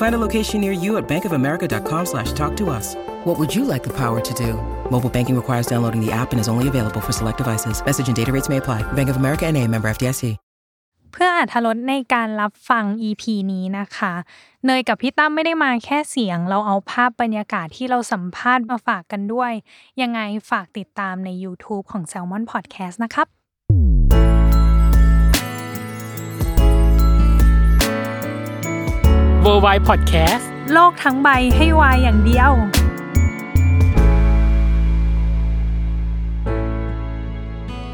Find a location near you at bankofamerica.com slash talk to us. What would you like the power to do? Mobile banking requires downloading the app and is only available for select devices. Message and data rates may apply. Bank of America and a member FDIC. เพื่ออาธรตในการรับฟัง EP นี้นะคะ เนยกับพี่ตั้มไม่ได้มาแค่เสียง เราเอาภาพบรรยากาศที่เราสัมภาษณ์มาฝากกันด้วย ยังไงฝากติดตามใน YouTube ของ Salmon Podcast นะครับ w o r l d w i d e Podcast โลกทั้งใบให้วายอย่างเดียว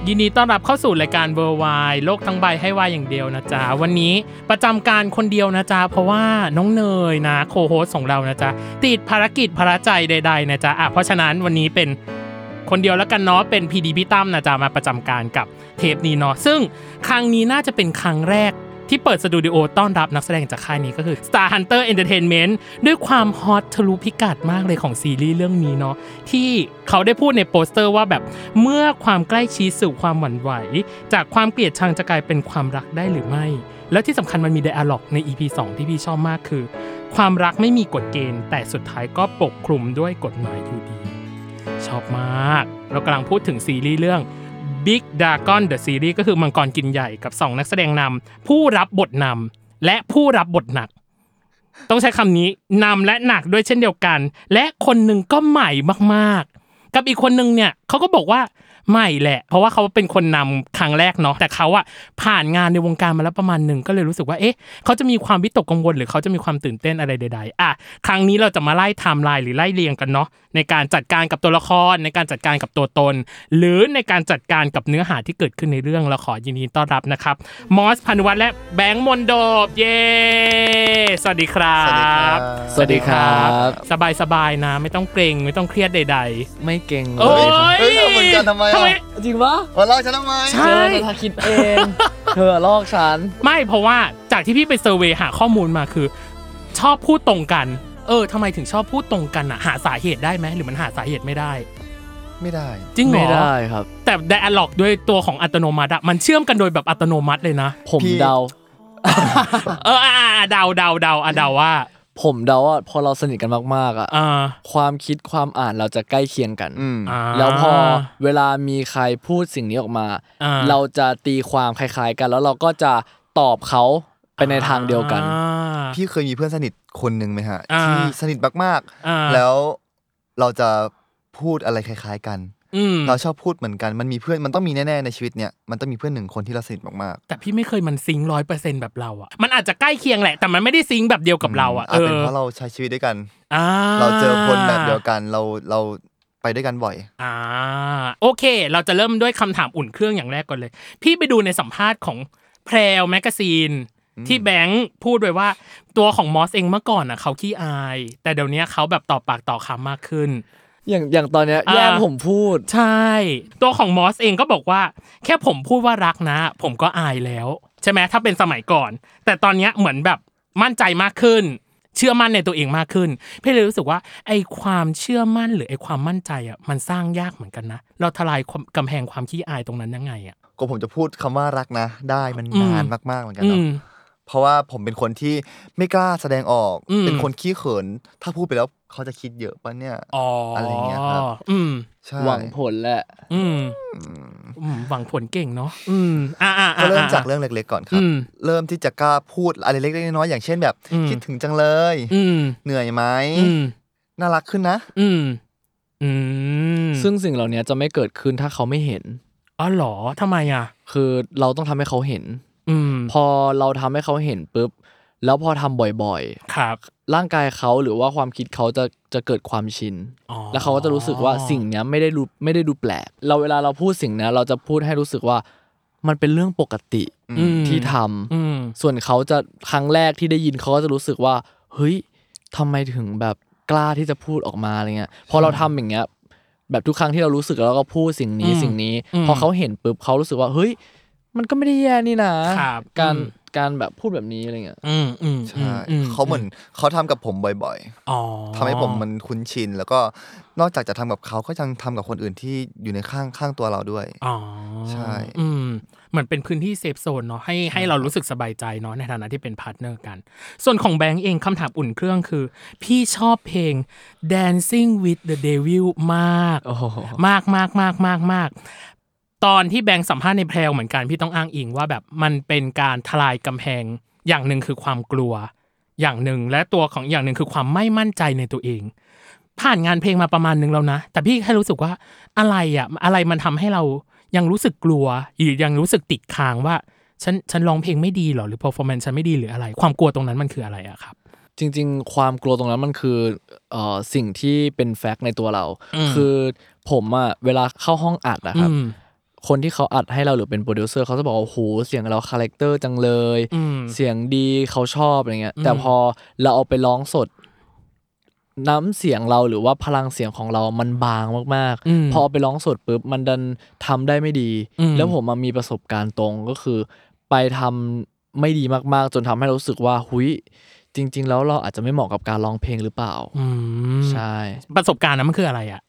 ยินดีต้อนรับเข้าสู่รายการ w o r l d w i d e โลกทั้งใบให้วายอย่างเดียวนะจ๊ะ วันนี้ประจำการคนเดียวนะจ๊ะ เพราะว่าน้องเนยนะโคโฮสของเรานะจ๊ะ ติดภารกิจภาระใจใด ๆ นะจ๊ะอ่ะเพราะฉะนั้นวันนี้เป็นคนเดียวแล้วกันเนาะเป็นพีดีพี่ตั้มนะจ๊ะ มาประจำการกับเทปนี้เนาะซึ่งครั้งนี้น่าจะเป็นครั้งแรก ที่เปิดสตูดิโอต้อนรับนักแสดงจากค่ายนี้ก็คือ Star Hunter Entertainment ด้วยความฮอตทะลุพิกัดมากเลยของซีรีส์เรื่องนี้เนาะที่เขาได้พูดในโปสเตอร์ว่าแบบเมื่อความใกล้ชิดสู่ความหวั่นไหว จากความเกลียดชังจะกลายเป็นความรักได้หรือไม่ แล้วที่สำคัญมันมีไดอะล็อกใน EP 2 ที่พี่ชอบมากคือ ความรักไม่มีกฎเกณฑ์ แต่สุดท้ายก็ปกคลุมด้วยกฎหมายอยู่ดี ชอบมาก เรากำลังพูดถึงซีรีส์เรื่อง Big Dragon The Series ก็คือมังกรกินใหญ่กับ 2 นักแสดงนำผู้รับบทนำและผู้รับบทหนัก ต้องใช้คำนี้นำและหนักด้วยเช่นเดียวกัน และคนหนึ่งก็ใหม่มากๆ กับอีกคนหนึ่งเนี่ยเขาก็บอกว่าใหม่แหละ เพราะว่าเขาเป็นคนนำครั้งแรกเนาะแต่เขาอะผ่านงานในวงการมาแล้วประมาณหนึ่งก็เลยรู้สึกว่าเอ๊ะเขาจะมีความวิตกกังวล หรือเขาจะมีความตื่นเต้นอะไรใด ๆอ่ะครั้งนี้เราจะมาไล่ไทม์ไลน์หรือไล่เรียงกันเนาะในการจัดการกับตัวละครในการจัดการกับตัวตน หรือในการจัดการกับเนื้อหาที่เกิดขึ้นในเรื่องเราขอยินดีต้อนรับนะครับมอสพันวัฒน์และแบงค์มนโดบเย้สวัสดีครับ สวัสดีครับ สบายสบายๆนะ ไม่ต้องเกรงไม่ต้องเครียดใด ไม่เก่ง ๆ เล โอ้ ย ย เฮ้ยเอาเหมือนกันทำไมอะ จริงปะ มาเล่าฉันทำไม ใช่เธอคิดเอง เธอลอกฉัน ไม่เพราะว่าจากที่พี่ไปเซอร์เวยหาข้อมูลมาคือ ชอบพูดตรงกัน เออทำไมถึงชอบพูดตรงกันอะหาสาเหตุได้ไหมหรือมันหาสาเหตุไม่ได้ ไม่ได้ จริงเหร ไม่ อ ได้ครับ แต่ไดอะล็อกด้วยตัวของอัตโนมัติอะมันเชื่อมกันโดยแบบอัตโนมัติเลยนะ ผม พี่ เดา เอออ่ะอ่ะอ่ะเดาเดาเดาอ่ะเดาว่า ผมเดาว่าพอเราสนิทกันมากๆอ่ะ อ่า ความคิดความอ่านเราจะใกล้เคียงกัน อืม อ่า แล้วพอเวลามีใครพูดสิ่งนี้ออกมา อ่า เราจะตีความคล้าย ๆกัน แล้วเราก็จะตอบเขาไปในทางเดียวกัน อ่า พี่เคยมีเพื่อนสนิทคนหนึ่งไหมฮะ อ่า ที่สนิทมาก อ่า ๆ แล้วเราจะพูดอะไรคล้าย ๆ กัน อืม เราชอบพูดเหมือนกันมันมีเพื่อนมันต้องมีแน่ๆในชีวิตเนี่ยมันต้องมีเพื่อนหนึ่งคนที่เราสนิทมาก แต่พี่ไม่เคยมันซิงร้อยเปอร์เซ็นต์แบบเราอะมันอาจจะใกล้เคียงแหละ แต่มันไม่ได้ซิงแบบเดียว ๆ กับเราอะ อาจเป็นเพราะเราใช้ชีวิตด้วยกัน อ่ เราเจอคนแบบเดียวกันเราเราไปด้วยกันบ่อย อ่าโอเค เราจะเริ่มด้วยคำถามอุ่นเครื่องอย่างแรกก่อนเลย พี่ไปดูในสัมภาษณ์ของแพรวแมกกาซีน ที่แบงค์พูดไว้ว่า ตัวของมอสเองเมื่อก่อนอะเขาขี้อาย แต่เดี๋ยวนี้เขาแบบต่อปากต่อคำมากขึ้น อย่างอย่างตอนเนี้ยแย่ง อ่า ผมพูด ใช่ ตัวของมอสเองก็บอกว่า แค่ผมพูดว่ารักนะ ผมก็อายแล้ว ใช่ไหมถ้าเป็นสมัยก่อน แต่ตอนเนี้ยเหมือนแบบมั่นใจมากขึ้น เชื่อมั่นในตัวเองมากขึ้นพี่เลยรู้สึกว่าไอ้ความเชื่อมั่นหรือไอ้ความมั่นใจอ่ะมันสร้างยากเหมือนกันนะ เราทลายความกำแพงความขี้อายตรงนั้นยังไงอ่ะ ก็ผมจะพูดคำว่ารักนะ ได้มัน อืม นานมากๆเหมือนกัน อื เนาะ ม เพราะว่าผมเป็นคนที่ไม่กล้าแสดงออก อืม เป็นคนขี้เขิน ถ้าพูดไปแล้วเขาจะคิดเยอะปะเนี่ย อ๋ออะไร อย่างเงี้ยครับ อืม ใช่ หวังผลแหละ อืมอืมหวังผลเก่งเนาะอืมอ่าอ่า ก็เริ่มจากเรื่องเล็กๆก่อนครับ อืม เริ่มที่จะกล้าพูดอะไรเล็กๆน้อยๆอย่างเช่นแบบ อืม คิดถึงจังเลย อืม เหนื่อยไหม อืม น่ารักขึ้นนะ อืม อืม ซึ่งสิ่งเหล่านี้จะไม่เกิดขึ้นถ้าเขาไม่เห็น อ๋อเหรอทำไมอ่ะ คือเราต้องทำให้เขาเห็น อืม พอเราทำให้เขาเห็นปุ๊บ แล้วพอทำบ่อย ครับ ๆ ร่างกายเขาหรือว่าความคิดเขาจะจะเกิดความชิน อ๋อ แล้วเขาก็จะรู้สึกว่าสิ่งเนี้ยไม่ได้รู้ไม่ได้ดูแปลก เราเวลาเราพูดสิ่งเนี้ยเราจะพูดให้รู้สึกว่ามันเป็นเรื่องปกติ อืม ที่ทำ อืม ส่วนเขาจะครั้งแรกที่ได้ยินเขาก็จะรู้สึกว่า เฮ้ยทำไมถึงแบบกล้าที่จะพูดออกมาอะไรเงี้ยพอเราทำอย่างเงี้ยแบบทุกครั้งที่เรารู้สึกแล้วเราก็พูดสิ่งนี้ อืม สิ่งนี้ อืม พอเขาเห็นปุ๊บเขารู้สึกว่าเฮ้ย มันก็ไม่ได้แย่นี่นะครับ การ อืม การแบบพูดแบบนี้อะไรเงี้ย อืมอืม ใช่ อื เขาเหมือนเขาทำกับผมบ่อย อ๋อ ๆทำให้ผมมันคุ้นชิน แล้วก็นอกจากจะทำกับเขาก็ยังทำกับคนอื่นที่อยู่ในข้างข้างตัวเราด้วย อ๋อ ใช่ อืมเหมือนเป็นพื้นที่เซฟโซนเนาะให้ให้เรารู้สึกสบายใจเนาะในฐานะที่เป็นพาร์ทเนอร์กัน ส่วนของแบงก์เองคำถามอุ่นเครื่องคือ พี่ชอบเพลง Dancing with the Devil มาก โอ้โห มากมากมากมากมาก ตอนที่แบงค์สัมภาษณ์ในแพรวเหมือนกันพี่ต้องอ้างอิงว่าแบบมันเป็นการทลายกำแพงอย่างหนึ่งคือความกลัว อย่างหนึ่งและตัวของอย่างหนึ่งคือความไม่มั่นใจในตัวเอง ผ่านงานเพลงมาประมาณหนึงแล้วนะ แต่พี่แค่รู้สึกว่าอะไรอะอะไรมันทำให้เรายังรู้สึกกลัวหรือยังรู้สึกติดค้างว่าฉันฉันร้องเพลงไม่ดีเหรอหรือ performance ฉันไม่ดีหรืออะไร ความกลัวตรงนั้นมันคืออะไรอะครับ จริงๆ ความกลัวตรงนั้นมันคือเอ่อสิ่งที่เป็นแฟกต์ในตัวเรา อืม คือผมอะเวลาเข้าห้องอัดอะครับ อืม คนที่เขาอัดให้เราหรือเป็นโปรดิวเซอร์เขาจะบอกว่าโอ้โหเสียงเราคาแรคเตอร์จังเลย อืม เสียงดีเขาชอบอะไรเงี้ย อืม แต่พอเราเอาไปร้องสด น้ำเสียงเราหรือว่าพลังเสียงของเรามันบางมาก อืม ๆ พอเอาไปร้องสดปุ๊บมันดันทำได้ไม่ดี อืม แล้วผมมามีประสบการณ์ตรงก็คือ ไปทำไม่ดีมากๆ จนทำให้เรารู้สึกว่าหุยจริง ๆ แล้วเราอาจจะไม่เหมาะกับการร้องเพลงหรือเปล่า อืม ใช่ ประสบการณ์นั้นมันคืออะไรอะ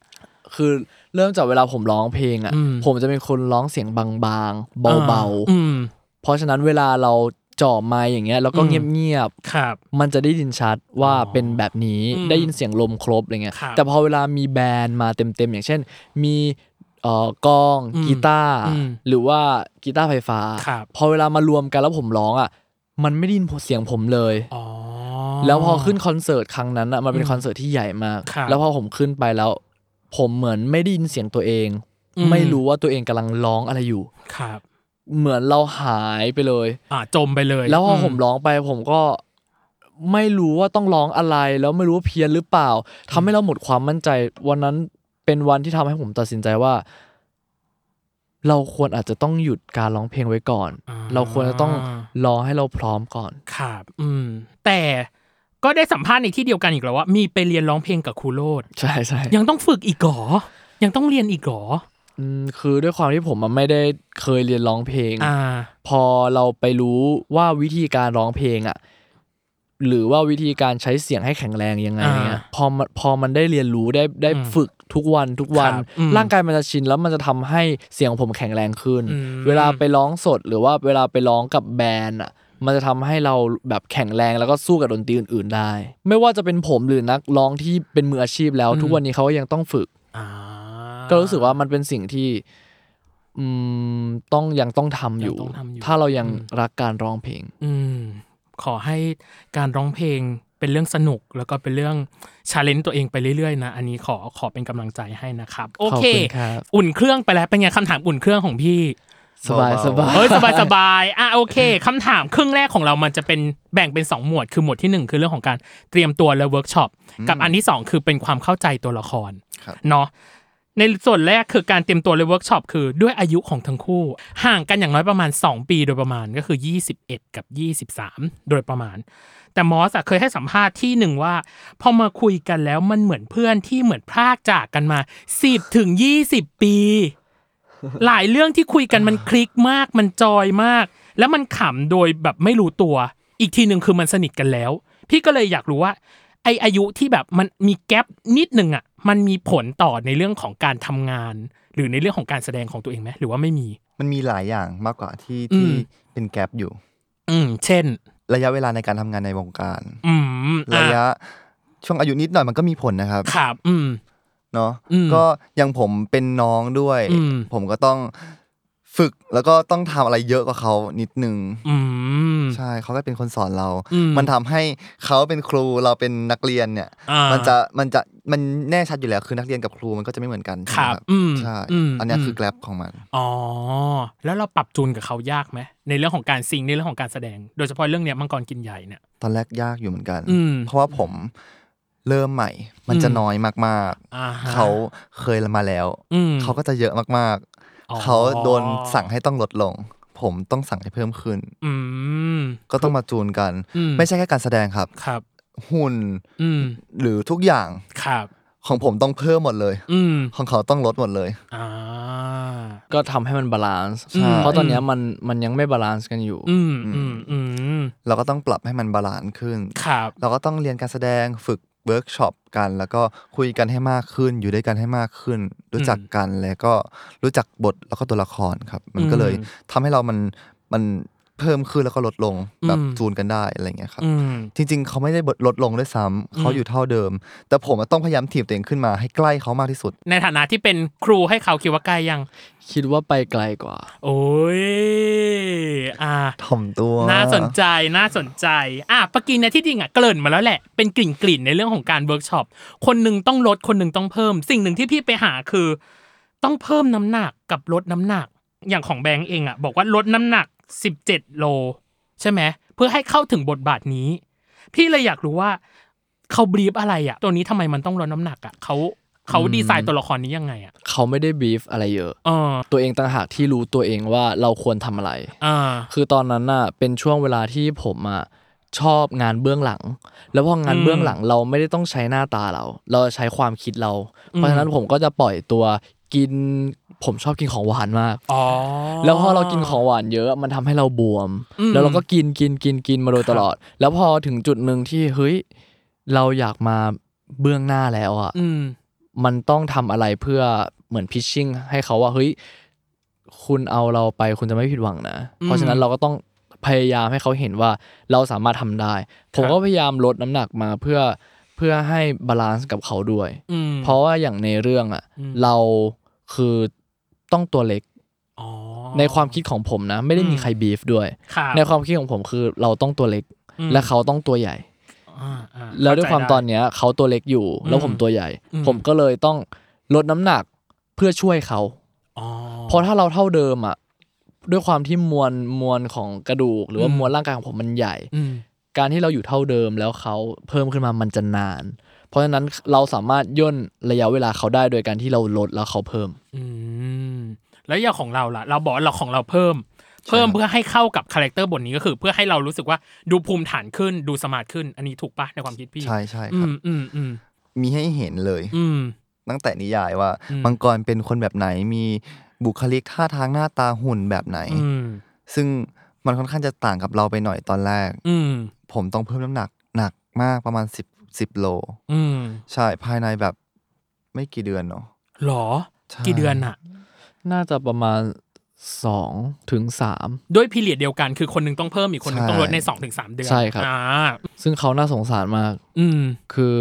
คือเริ่มจากเวลาผมร้องเพลงอ่ะ อืม ผมจะเป็นคนร้องเสียงบางๆเบา อืม ๆ เพราะฉะนั้นเวลาเราจ่อไม้อย่างเงี้ยแล้วก็ อืม เงียบ ครับ ๆมันจะได้ยินชัดว่าเป็นแบบนี้ อืม ได้ยินเสียงลมครบอะไรเงี้ย ครับ แต่พอเวลามีแบนด์มาเต็มๆอย่างเช่น มีเอ่อกลอง อืม กีตาร์ อืม หรือว่ากีตาร์ไฟฟ้า ครับ พอเวลามารวมกันแล้วผมร้องอ่ะมันไม่ได้ยินเสียงผมเลย อ๋อ แล้วพอขึ้นคอนเสิร์ตครั้งนั้นอะมันเป็นคอนเสิร์ตที่ใหญ่มาก ครับ แล้วพอผมขึ้นไปแล้ว ผมเหมือนไม่ได้ยินเสียงตัวเอง อืม ไม่รู้ว่าตัวเองกำลังร้องอะไรอยู่ ครับ เหมือนเราหายไปเลย อ่าจมไปเลย แล้วพอผมร้องไปผมก็ไม่รู้ว่าต้องร้องอะไร แล้วไม่รู้ว่าเพี้ยนหรือเปล่าทำให้เราหมดความมั่นใจ วันนั้นเป็นวันที่ทำให้ผมตัดสินใจว่า เราควรอาจจะต้องหยุดการร้องเพลงไว้ก่อน อ่ เราควรจะต้องรอให้เราพร้อมก่อน ครับ อืม แต่ก็ได้สัมภาษณ์ในที่เดียวกันอีกแล้วว่า มีไปเรียนร้องเพลงกับครูโรด ใช่ใช่ ยังต้องฝึกอีกเหรอ ยังต้องเรียนอีกเหรอ อืมคือด้วยความที่ผมอะไม่ได้เคยเรียนร้องเพลง อ่า พอเราไปรู้ว่าวิธีการร้องเพลงอ่ะหรือว่าวิธีการใช้เสียงให้แข็งแรงยังไง อ่า เงี้ยพอมันพอมันได้เรียนรู้ได้ได้ อืม ฝึกทุกวันทุกวัน ครับอืม ร่างกายมันจะชินแล้วมันจะทำให้เสียงผมแข็งแรงขึ้น อืม เวลาไปร้องสดหรือว่าเวลาไปร้องกับแบรนด์อ่ะมันจะทำให้เราแบบแข็งแรงแล้วก็สู้กับดนตรีอื่น ๆได้ ไม่ว่าจะเป็นผมหรือนักร้องที่เป็นมืออาชีพแล้ว ทุกวันนี้เขาก็ยังต้องฝึก อ่า ก็รู้สึกว่ามันเป็นสิ่งที่อืมต้องยังต้องทำอยู่ งต้องทำอยู่ ถ้าเรายังรักการร้องเพลง อืม ขอให้การร้องเพลงเป็นเรื่องสนุกแล้วก็เป็นเรื่องชาเลนจ์ตัวเองไปเรื่อยๆนะ อันนี้ขอขอเป็นกำลังใจให้นะครับ โอเค ขอบคุณครับ อุ่นเครื่องไปแล้วเป็นไงคำถามอุ่นเครื่องของพี่ สบาย เบาๆ สบาย เฮ้ยสบายสบายอ่ะโอเคคำถามครึ่งแรกของเรามันจะเป็นแบ่งเป็น 2 หมวด คือหมวดทีหนึ่1 คือเรื่องของการเตรียมตัวและเวิร์กช็อปกับอันที่ 2 คือเป็นความเข้าใจตัวละคร ครับ เนาะในส่วนแรกคือการเตรียมตัวและเวิร์กช็อปคือด้วยอายุของทั้งคู่ ห่างกันอย่างน้อยประมาณ 2 ปีโดยประมาณก็คือ 21 กับ 23 โดยประมาณ แต่มอสอะเคยให้สัมภาษณ์ที่หนึ่งว่า พอมาคุยกันแล้วมันเหมือนเพื่อนที่เหมือนพรากจากกันมา 10ถึง20 ปี หลายเรื่องที่คุยกันมันคลิกมากมันจอยมาก แล้วมันขำโดยแบบไม่รู้ตัว อีกทีหนึ่งคือมันสนิทกันแล้ว พี่ก็เลยอยากรู้ว่า ไออายุที่แบบมันมีแกลบนิดหนึ่งอ่ะ มันมีผลต่อในเรื่องของการทำงาน หรือในเรื่องของการแสดงของตัวเองไหมหรือว่าไม่มี มันมีหลายอย่างมากกว่าที่ อื ที่ ม เป็นแกลบอยู่ อืม เช่น ระยะเวลาในการทำงานในวงการ อืม ระยะ อ่ะ ช่วงอายุนิดหน่อยมันก็มีผลนะครับ ครับ อืม เนาะ อืม ก็อยังผมเป็นน้องด้วย อืม ผมก็ต้อง ฝึกแล้วก็ต้องทำอะไรเยอะกว่าเขานิดนึง อืม ใช่เขาก็เป็นคนสอนเรา อืม มันทำให้เขาเป็นครูเราเป็นนักเรียนเนี่ย อ่า มันจะมันจะมันแน่ชัดอยู่แล้วคือนักเรียนกับครูมันก็จะไม่เหมือนกันใช่ไหคมรับอืม ใช่ อืม อันเนี้ย อืม คือแกลบของมัน อ๋อ แล้วเราปรับจูนกับเขายากไหมในเรื่องของการซิงค์ในเรื่องของการแสดง โดยเฉพาะเรื่องเนี้ยมังกรกินใหญ่เนี่ย ตอนแรกยากอยู่เหมือนกัน อืม เพราะว่าผมเริ่มใหม่ มันจะ อืม น้อยมาก อ่าฮะ ๆ เขาเคยมาแล้ว อืม เขาก็จะเยอะมาก อ๋อ ๆ เขาโดนสั่งให้ต้องลดลง ผมต้องสั่งให้เพิ่มขึ้น อืม ก็ต้องมาจูนกัน อืม ไม่ใช่แค่การแสดงครับ ครับ หุ่น อืม หรือทุกอย่าง ครับ ของผมต้องเพิ่มหมดเลย อืม ของเขาต้องลดหมดเลย อ่า ก็ทำให้มันบาลานซ์ ใช่ เพราะตอนเนี้ยมันมันยังไม่บาลานซ์กันอยู่ อืม อืม อืม เราก็ต้องปรับให้มันบาลานซ์ขึ้น ครับ เราก็ต้องเรียนการแสดงฝึกเวิร์กช็อปกัน แล้วก็คุยกันให้มากขึ้น อยู่ด้วยกันให้มากขึ้น รู้จักกันแล้วก็รู้จักบทแล้วก็ตัวละครครับ มันก็เลย อืม ทำให้เรามันมันเพิ่มขึ้นแล้วก็ลดลงแบบ อืม จูนกันได้อะไรอย่างเงี้ยครับ อืม จริง ๆ เขาไม่ได้บทลดลงด้วยซ้ำเขา อืม อยู่เท่าเดิม แต่ผมอะต้องพยายามถีบตัวเองขึ้นมาให้ใกล้เขามากที่สุด ในฐานะที่เป็นครูให้เขาคิดว่าใกล้ยัง คิดว่าไปไกลกว่า โอ้ย อ่า ถ่อมตัว น่าสนใจน่าสนใจ อ่ะปะกินเนี่ยที่จริงอ่ะเกริ่นมาแล้วแหละ เป็นกลิ่นกลิ่นๆในเรื่องของการเวิร์กช็อป คนหนึ่งต้องลด คนหนึ่งต้องเพิ่ม สิ่งหนึ่งที่พี่ไปหาคือ ต้องเพิ่มน้ำหนักกับลดน้ำหนัก อย่างของแบงก์เองอ่ะบอกว่าลดน้ำหนัก 17 โล ใช่ไหมเพื่อให้เข้าถึงบทบาทนี้ พี่เลยอยากรู้ว่าเขาบรีฟอะไรอ่ะ ตัวนี้ทำไมมันต้องลดน้ำหนักอ่ะเขาเขาดีไซน์ตัวละครนี้ยังไงอ่ะ เขาไม่ได้บีฟอะไรเยอะ เออ ตัวเองต่างหากที่รู้ตัวเองว่าเราควรทำอะไร อ่า คือตอนนั้นน่ะเป็นช่วงเวลาที่ผมอ่ะชอบงานเบื้องหลัง แล้วพองาน อืม เบื้องหลังเราไม่ได้ต้องใช้หน้าตาเรา เราใช้ความคิดเรา อืม เพราะฉะนั้นผมก็จะปล่อยตัวกิน ผมชอบกินของหวานมาก อ๋อ แล้วพอเรากินของหวานเยอะมันทำให้เราบวม อืม แล้วเราก็กินกินกินกินมาโดคยรับ ตลอด แล้วพอถึงจุดหนึ่งที่เฮ้ยเราอยากมาเบื้องหน้าแล้วอ่ะ อืม มันต้องทำอะไรเพื่อเหมือนพิชชิ่งให้เขาว่าเฮ้ยคุณเอาเราไปคุณจะไม่ผิดหวังนะ อืม เพราะฉะนั้นเราก็ต้องพยายามให้เขาเห็นว่าเราสามารถทำได้ ผม ครับ ก็พยายามลดน้ำหนักมาเพื่อเพื่อให้บาลานซ์กับเขาด้วย อืม เพราะว่าอย่างในเรื่องอ่ะ อืม เราคือต้องตัวเล็ก อ๋อ ในความคิดของผมนะ ไม่ได้มี อืม ใครบีฟด้วย ครับ ในความคิดของผมคือเราต้องตัวเล็ก อืม และเขาต้องตัวใหญ่ อ่าอ่ แล้วด้วยความ เข้ใจ ตอนเนี้ยเขาตัวเล็กอยู่ แล้วผมตัวใหญ่ อืม ผมก็เลยต้องลดน้ำหนักเพื่อช่วยเขา อ๋อ เพราะถ้าเราเท่าเดิมอ่ะด้วยความที่มวลมวลของกระดูก หรือว่า อืม มวลร่างกายของผมมันใหญ่ อืม การที่เราอยู่เท่าเดิมแล้วเขาเพิ่มขึ้นมามันจะนาน เพราะฉะนั้นเราสามารถย่นระยะเวลาเขาได้โดยการที่เราลดแล้วเขาเพิ่ม อืม แล้วอย่างของเราล่ะ เราบอกว่าเราของเราเพิ่ม เพิ่มเพื่อให้เข้ากับคาแรคเตอร์บทนี้ก็คือ เพื่อให้เรารู้สึกว่าดูภูมิฐานขึ้นดูสมาร์ทขึ้น อันนี้ถูกปะในความคิดพี่ ใช่ใช่ค อื รับ มอืมอืม มีให้เห็นเลย อืม ตั้งแต่นิยายว่า อืม มังกรเป็นคนแบบไหนมีบุคลิกท่าทางหน้าตาหุ่นแบบไหน อืม ซึ่งมันค่อนข้างจะต่างกับเราไปหน่อยตอนแรก อืม ผมต้องเพิ่มน้ำหนักหนักมากประมาณ 10 10โล อืม ใช่ภายในแบบไม่กี่เดือนเนาะ หรอ ใช่ กี่เดือนอะ น่าจะประมาณ2ถึง3 ด้วยพีเรียดเดียวกันคือคนหนึ่งต้องเพิ่มอีกคนหนึ่งต้องลดในสองถึงสามเดือน ใช่ครับ อ่า ซึ่งเขาน่าสงสารมาก อืม คือ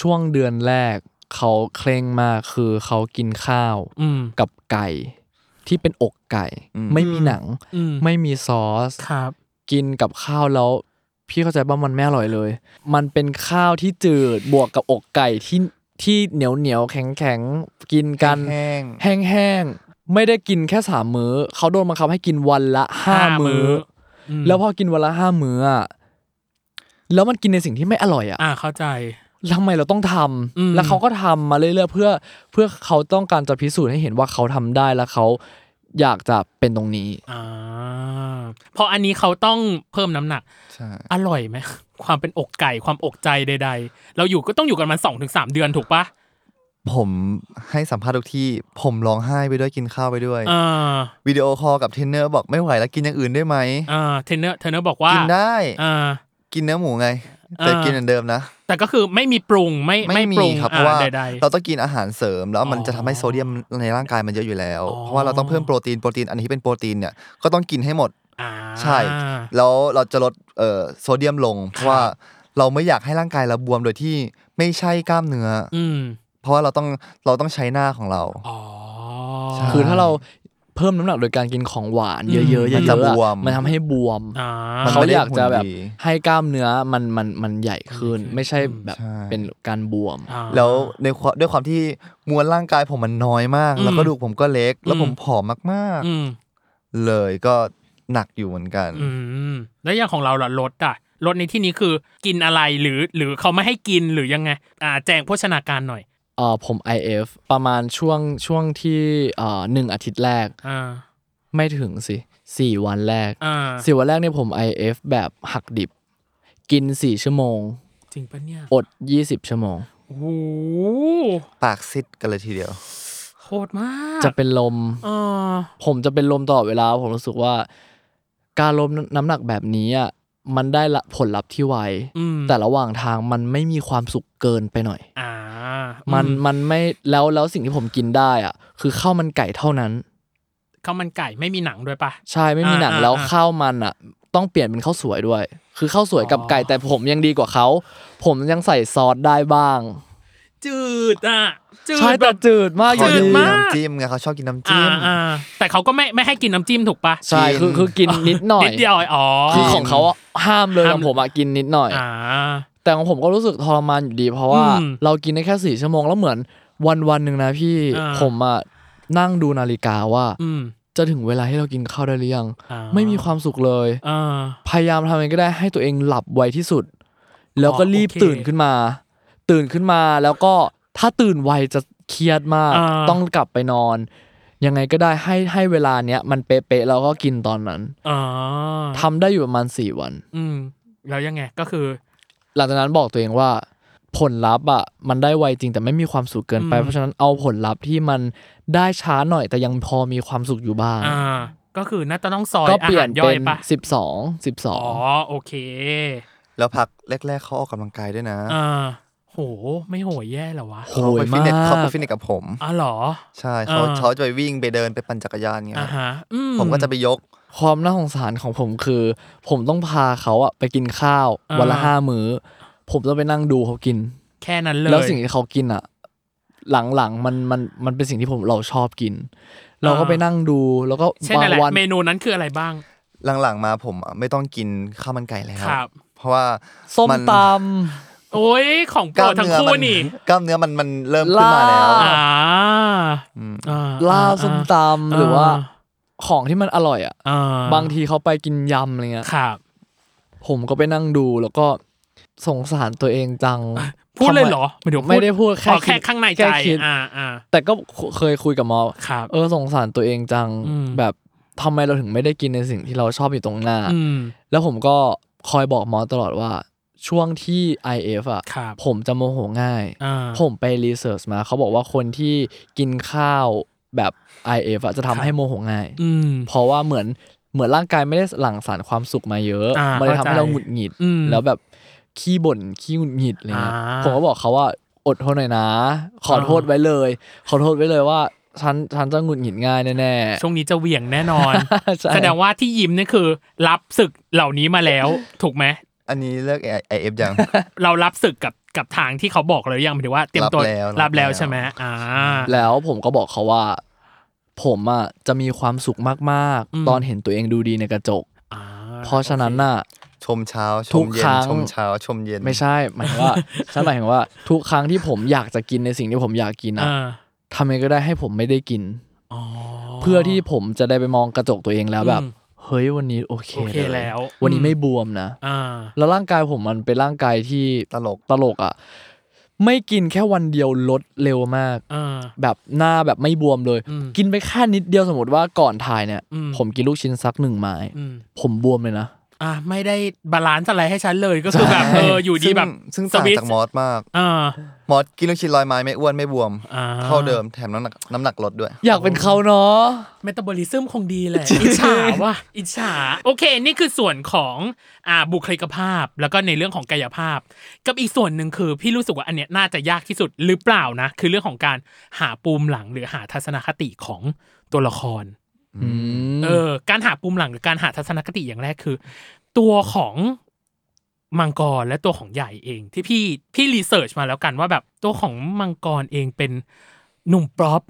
ช่วงเดือนแรกเขาเคร่งมากคือเขากินข้าว อืม กับไก่ที่เป็นอกไก่ อืม ไม่มีหนัง อืม ไม่มีซอส ครับ กินกับข้าวแล้ว พี่เข้าใจว่ามันไม่อร่อยเลย มันเป็นข้าวที่จืดบวกกับอกไก่ที่ที่เหนียวเหนียวๆแข็งแข็งๆกินกัน แห้ง แห้งแห้งๆไม่ได้กินแค่สามมื้อเขาโดนบังคับให้กินวันละห้า ห้ามื้ มื้อ อ อแล้วพอกินวันละห้ามื้ออะแล้วมันกินในสิ่งที่ไม่อร่อยอ่ะ อ่าเข้าใจ ทำไมเราต้องทำ อืม แล้วเขาก็ทำมาเรื่อยๆเพื่อ เพื่อเขาต้องการจะพิสูจน์ให้เห็นว่าเขาทำได้และเขาอยากจะเป็นตรงนี้ อ่าเพราะอันนี้เขาต้องเพิ่มน้ำหนัก ใช่ อร่อยไหม ความเป็นอกไก่ความอกใจใด ๆ เราอยู่ก็ต้องอยู่กันมันสองถึงสามเดือนถูกปะ ผมให้สัมภาษณ์ทุกที่ ผมร้องไห้ไปด้วยกินข้าวไปด้วย อ่า วิดีโอคอลกับเทรนเนอร์บอกไม่ไหวแล้วกินอย่างอื่นได้ไหม อ่าเทรนเนอร์เทรนเนอร์บอกว่า กินได้ อ่า กินเนื้อหมูไง แต่ อ่ากิ กินเหมือนเดิมนะ แต่ก็คือไม่มีปรุงไม่ ไม่มี ปรุง ครับเพ อ่า ราะว่า ใด เราต้องกินอาหารเสริม แล้วมัน อ๋อ จะทำให้โซเดียมในร่างกายมันเยอะอยู่แล้ว อ๋อ เพราะว่าเราต้องเพิ่มโปรตีนโปรตีนอันที่เป็นโปรตีนเนี่ยก็ต้องกินให้หมด ๆอ่า ใช่ แล้วเราจะลดเอ่อโซเดียมลง เพราะว่า ครับ เราไม่อยากให้ร่างกายเราบวมโดยที่ไม่ใช่กล้ามเนื้ออ อืม เพราะว่าเราต้องเราต้องใช้หน้าของเรา อ๋อ ใช่ คือถ้าเรา เพิ่มน้ำหนักโดยการกินของหวานเยอะๆเยอะๆ มันจะบวม มันทำให้บวม อ่า มัน เขา ไม่ได้ อยากจะแบบ หุ่นดี ให้กล้ามเนื้อมันมันมันใหญ่ขึ้น ไม่ใช่แบบ ใช่ เป็นการบวม อ่า แล้วในความด้วยความที่มวลร่างกายผมมันน้อยมาก อืม แล้วก็ดูกผมก็เล็ก แล้ว อืม ผมผอมมาก อืม ๆ เลยก็หนักอยู่เหมือนกัน อืม แล้วอย่างของเราล่ะรถอ่ะรถในที่นี้คือกินอะไรหรือหรือเขาไม่ให้กินหรือยังไง อ่า แจงโภชนาการหน่อย เอ่อผม IF ประมาณช่วงช่วงที่เอ่อหนึ่งอาทิตย์แรก อ่า ไม่ถึงสิสี่วันแรก อ่า สี่วันแรกเนี่ยผม IF แบบหักดิบ กินสี่ชั่วโมง จริงปะเนี่ย อดยี่สิบชั่วโมง โอ้โห ปากซิดกันเลยทีเดียว โหดมาก จะเป็นลม เออ ผมจะเป็นลมตลอดเวลา ผมรู้สึกว่า การลดน้ำหนักแบบนี้อ่ะมันได้ละผลลัพธ์ที่ไว อืม แต่ระหว่างทางมันไม่มีความสุขเกินไปหน่อย อ่า มั มัน มันไม่แล้วแล้วสิ่งที่ผมกินได้อ่ะ คือข้าวมันไก่เท่านั้น ข้าวมันไก่ไม่มีหนังด้วยปะ ใช่ไม่มี อ่า หนัง อ่า แล้ว อ่า ข้าวมันอ่ะ ต้องเปลี่ยนเป็นข้าวสวยด้วย คือข้าวสวยกับ อ๋อ ไก่แต่ผมยังดีกว่าเขา ผมยังใส่ซอสได้บ้าง จืดอ่ะจืด ใช่ แบ แต่ บ จืดมากอ เขาจืยู่ดดื่มดีมาก น้ำจิ้มไงเขาชอบกินน้ำ อ่า จิ้ม อ่าแต่เขาก็ไม่ไม่ให้กินน้ำจิ้มถูกปะ ใช่คือคือกินนิดหน่อย นิดเดียวอ๋อ คือของเขาอะห้ามเลย ห้าม ของผมอะกินนิดหน่อย อ่า แต่ของผมก็รู้สึกทรมานอยู่ดี เพราะว่า อืม เรากินได้แค่สี่ชั่วโมงแล้วเหมือนวันวันๆหนึ่งนะพี่ อ่า ผมอะนั่งดูนาฬิกาว่า อืม จะถึงเวลาให้เรากินข้าวได้หรือยัง อ่า ไม่มีความสุขเลย อ่า พยายามทำยังไงก็ได้ให้ตัวเองหลับไวที่สุด แล้วก็รีบ โอเค ตื่นขึ้นมา ตื่นขึ้นมาแล้วก็ถ้าตื่นไวจะเครียดมาก อ่า ต้องกลับไปนอน ยังไงก็ได้ให้ให้เวลาเนี้ยมันเป๊ะๆแล้วก็กินตอนนั้น อ่า ทำได้อยู่ประมาณสี่วัน อืม แล้วยังไงก็คือ หลังจากนั้นบอกตัวเองว่า ผลลัพธ์อ่ะมันได้ไวจริงแต่ไม่มีความสุขเกินไป อืม เพราะฉะนั้นเอาผลลัพธ์ที่มันได้ช้าหน่อยแต่ยังพอมีความสุขอยู่บ้าง อ่า ก็คือน่าจะต้องซอย ก็เปลี่ยน อาหารย่ เป็ อย น ปะ สิบสองสิบสอ อ๋อง โอเค แล้วพักแรก ๆเขาออกกำลังกายด้วยนะ อ่าโห ไม่โหยแย่เหรอวะ โห เขาไป ย ฟิต มา เนสเขาไป ก ฟิตเนสกับผม อ๋อเหรอ ใช่เขา อ่า เขาจะไปวิ่งไปเดินไปปั่นจักรยานไง อ่าฮะอืม ผมก็จะไปยก ความน่าสงสารของผมคือ ผมต้องพาเขาอะไปกินข้าว อ่า วันละห้ามื้อ ผมต้องไปนั่งดูเขากิน แค่นั้นเลย แล้วสิ่งที่เขากินอะหลังๆมันมันมันเป็นสิ่งที่ผมเราชอบกิน เราก็ อ่า ไปนั่งดูแล้วก็ เช่น บาง อะไร วัน เมนูนั้นคืออะไรบ้าง หลังๆมาผมอะไม่ต้องกินข้าวมันไก่แล้ว ครับ เพราะว่า ส้ม น ต โอ้ยของโป ก ร ล้า ด ม ทั้ง เนื้อ คู่ มัน นี่ กล้ามเนื้อมันมันเริ่มขึ้นมาแล้ว ลา อ่า อืม อ่ ำลาบส้มตำหรือว่าของที่มันอร่อยอะ อ่ บางทีเขาไปกินยำอะไรเงี้ย ครับ ผมก็ไปนั่งดูแล้วก็สงสารตัวเองจัง พูดเลยเหรอ ทำไม เยว ไม่ได้พูดแค่ อ๋อแค่ ด ข้างในใจ แค่คิด อ่าอ่า แต่ก็เคยคุยกับหมอ ครับ เออสงสารตัวเองจัง อืม แบบทำไมเราถึงไม่ได้กินในสิ่งที่เราชอบอยู่ตรงหน้า อืม แล้วผมก็คอยบอกหมอตลอดว่า ช่วงที่ IF อ่ะ ครับ ผมจะโมโหง่าย อ่า ผมไปรีเสิร์ชมา เขาบอกว่าคนที่กินข้าวแบบ IF อ่ะจะทำให้โมโหง่าย อืม เพราะว่าเหมือนเหมือนร่างกายไม่ได้หลั่งสารความสุขมาเยอะ อ่ามั มันเลยทำให้ เข้าใจ เราหงุดหงิด อืม แล้วแบบขี้บ่นขี้หงุดหงิดอะไรเงี้ย อ่า ผมก็บอกเขาว่าอดทนหน่อยนะ ขอโทษ อ่า ไว้เลย ขอโทษไว้เลยว่าฉันฉันจะหงุดหงิดง่ายแน่ๆ ช่วงนี้จะเหวี่ยงแน่นอน ใช่ แสดงว่าที่ยิ้มนี่คือ รับศึกเหล่านี้มาแล้ว ถูกไหม อันนี้เลิกไอเอฟยัง เรารับศึกกับกับทางที่เขาบอกเราหรือยังหมายถึงว่าเตรียมตัว รับแล้ว รับแล้ว รับแล้ว ใช่ไหมอ่า แล้วผมก็บอกเขาว่า ผมอ่ะจะมีความสุขมาก อืม ๆ ตอนเห็นตัวเองดูดีในกระจก อ่า เพราะฉะนั้นน่ะ ชมเช้าช ทุ ม ก เย็ ครั้ น ง ชมเช้าชมเย็น ไม่ใช่หมายถึงว่า ฉันหมายถึงว่าทุกครั้งที่ผมอยากจะกินในสิ่งที่ผมอยากกินอ่ะ อ่า ทำยังไงก็ได้ให้ผมไม่ได้กิน อ๋อ เพื่อที่ผมจะได้ไปมองกระจกตัวเองแล้วแบบ อืม เฮ้ยวันนี้โอเค โอเคแล้ว วันนี้ไม่บวมนะ อ่า แล้วร่างกายผมมันเป็นร่างกายที่ ตลก ตลกอ่ะไม่กินแค่วันเดียวลดเร็วมาก อ่า แบบหน้าแบบไม่บวมเลย อืม กินไปแค่นิดเดียวสมมติว่าก่อนถ่ายเนี่ย อืม ผมกินลูกชิ้นสักหนึ่งไม้ อืม ผมบวมเลยนะ อ่าไม่ได้บาลานซ์อะไรให้ฉันเลยก็คือแบบ ใช่ เอออยู่ดีแบบ ซึ่ง ส ซึ่งต่าง วิต จากมอสมาก อ่าม อสกินลูกชิ้นลอยไม้ไม่อ้วนไม่บวม อ่า เท่าเดิมแถมน้ำหนักน้ำหนักลดด้วย อยากเป็นเขาเนาะ เมตาบอลิซึมคงดีแหละอิจฉาว่ะอิจฉาโอเค นี่คือส่วนของอ่าบุคลิกภาพ แล้วก็ในเรื่องของกายภาพ กับอีกส่วนหนึ่งคือ พี่รู้สึกว่าอันเนี้ยน่าจะยากที่สุดหรือเปล่านะ คือเรื่องของการหาปูมหลังหรือหาทัศนคติของตัวละคร เออการหาปุ่มหลังหรือการหาทัศนคติอย่างแรกคือ ตัวของมังกรและตัวของใหญ่เอง ที่พี่พี่รีเสิร์ชมาแล้วกันว่าแบบตัวของมังกรเองเป็นหนุ่มปรอป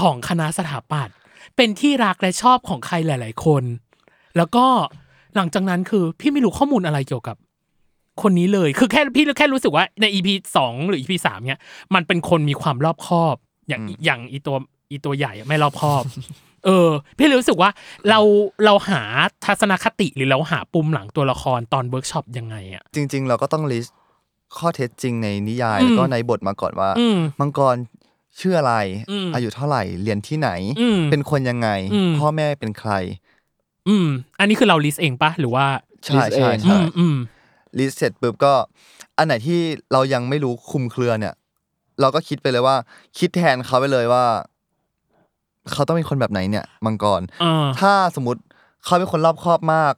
ของคณะสถาปัตย์ เป็นที่รักและชอบของใครหลาย ๆ คน แล้วก็หลังจากนั้นคือพี่ไม่รู้ข้อมูลอะไรเกี่ยวกับ คนนี้เลย คือแค่พี่แค่รู้สึกว่าใน EP สองหรือ EP สามเนี่ย มันเป็นคนมีความรอบคอบ อย่าง อืม อย่างอีตัวอีตัวใหญ่อะไม่รอบคอบ เออ พี่เลยรู้สึกว่าเราเราหาทัศนคติหรือเราหาปุ่มหลังตัวละครตอนเวิร์กช็อปยังไงอ่ะ จริง ๆ เราก็ต้อง list ข้อเท็จจริงในนิยาย อืม แล้วก็ในบทมาก่อนว่า อืม มังกรชื่ออะไร อืม อายุเท่าไหร่ เรียนที่ไหน อืม เป็นคนยังไง อืม พ่อแม่เป็นใคร อืม อันนี้คือเราลิสเองปะหรือว่า ใช่ใช่ list อื ใช่ มอืม ลิสเสร็จปุ๊บก็ อันไหนที่เรายังไม่รู้คุมเครือเนี่ย เราก็คิดไปเลยว่า คิดแทนเขาไปเลยว่า เขาต้องเป็นคนแบบไหนเนี่ย มังกร อ่า ถ้าสมมติเขาเป็นคนรอบคอบมาก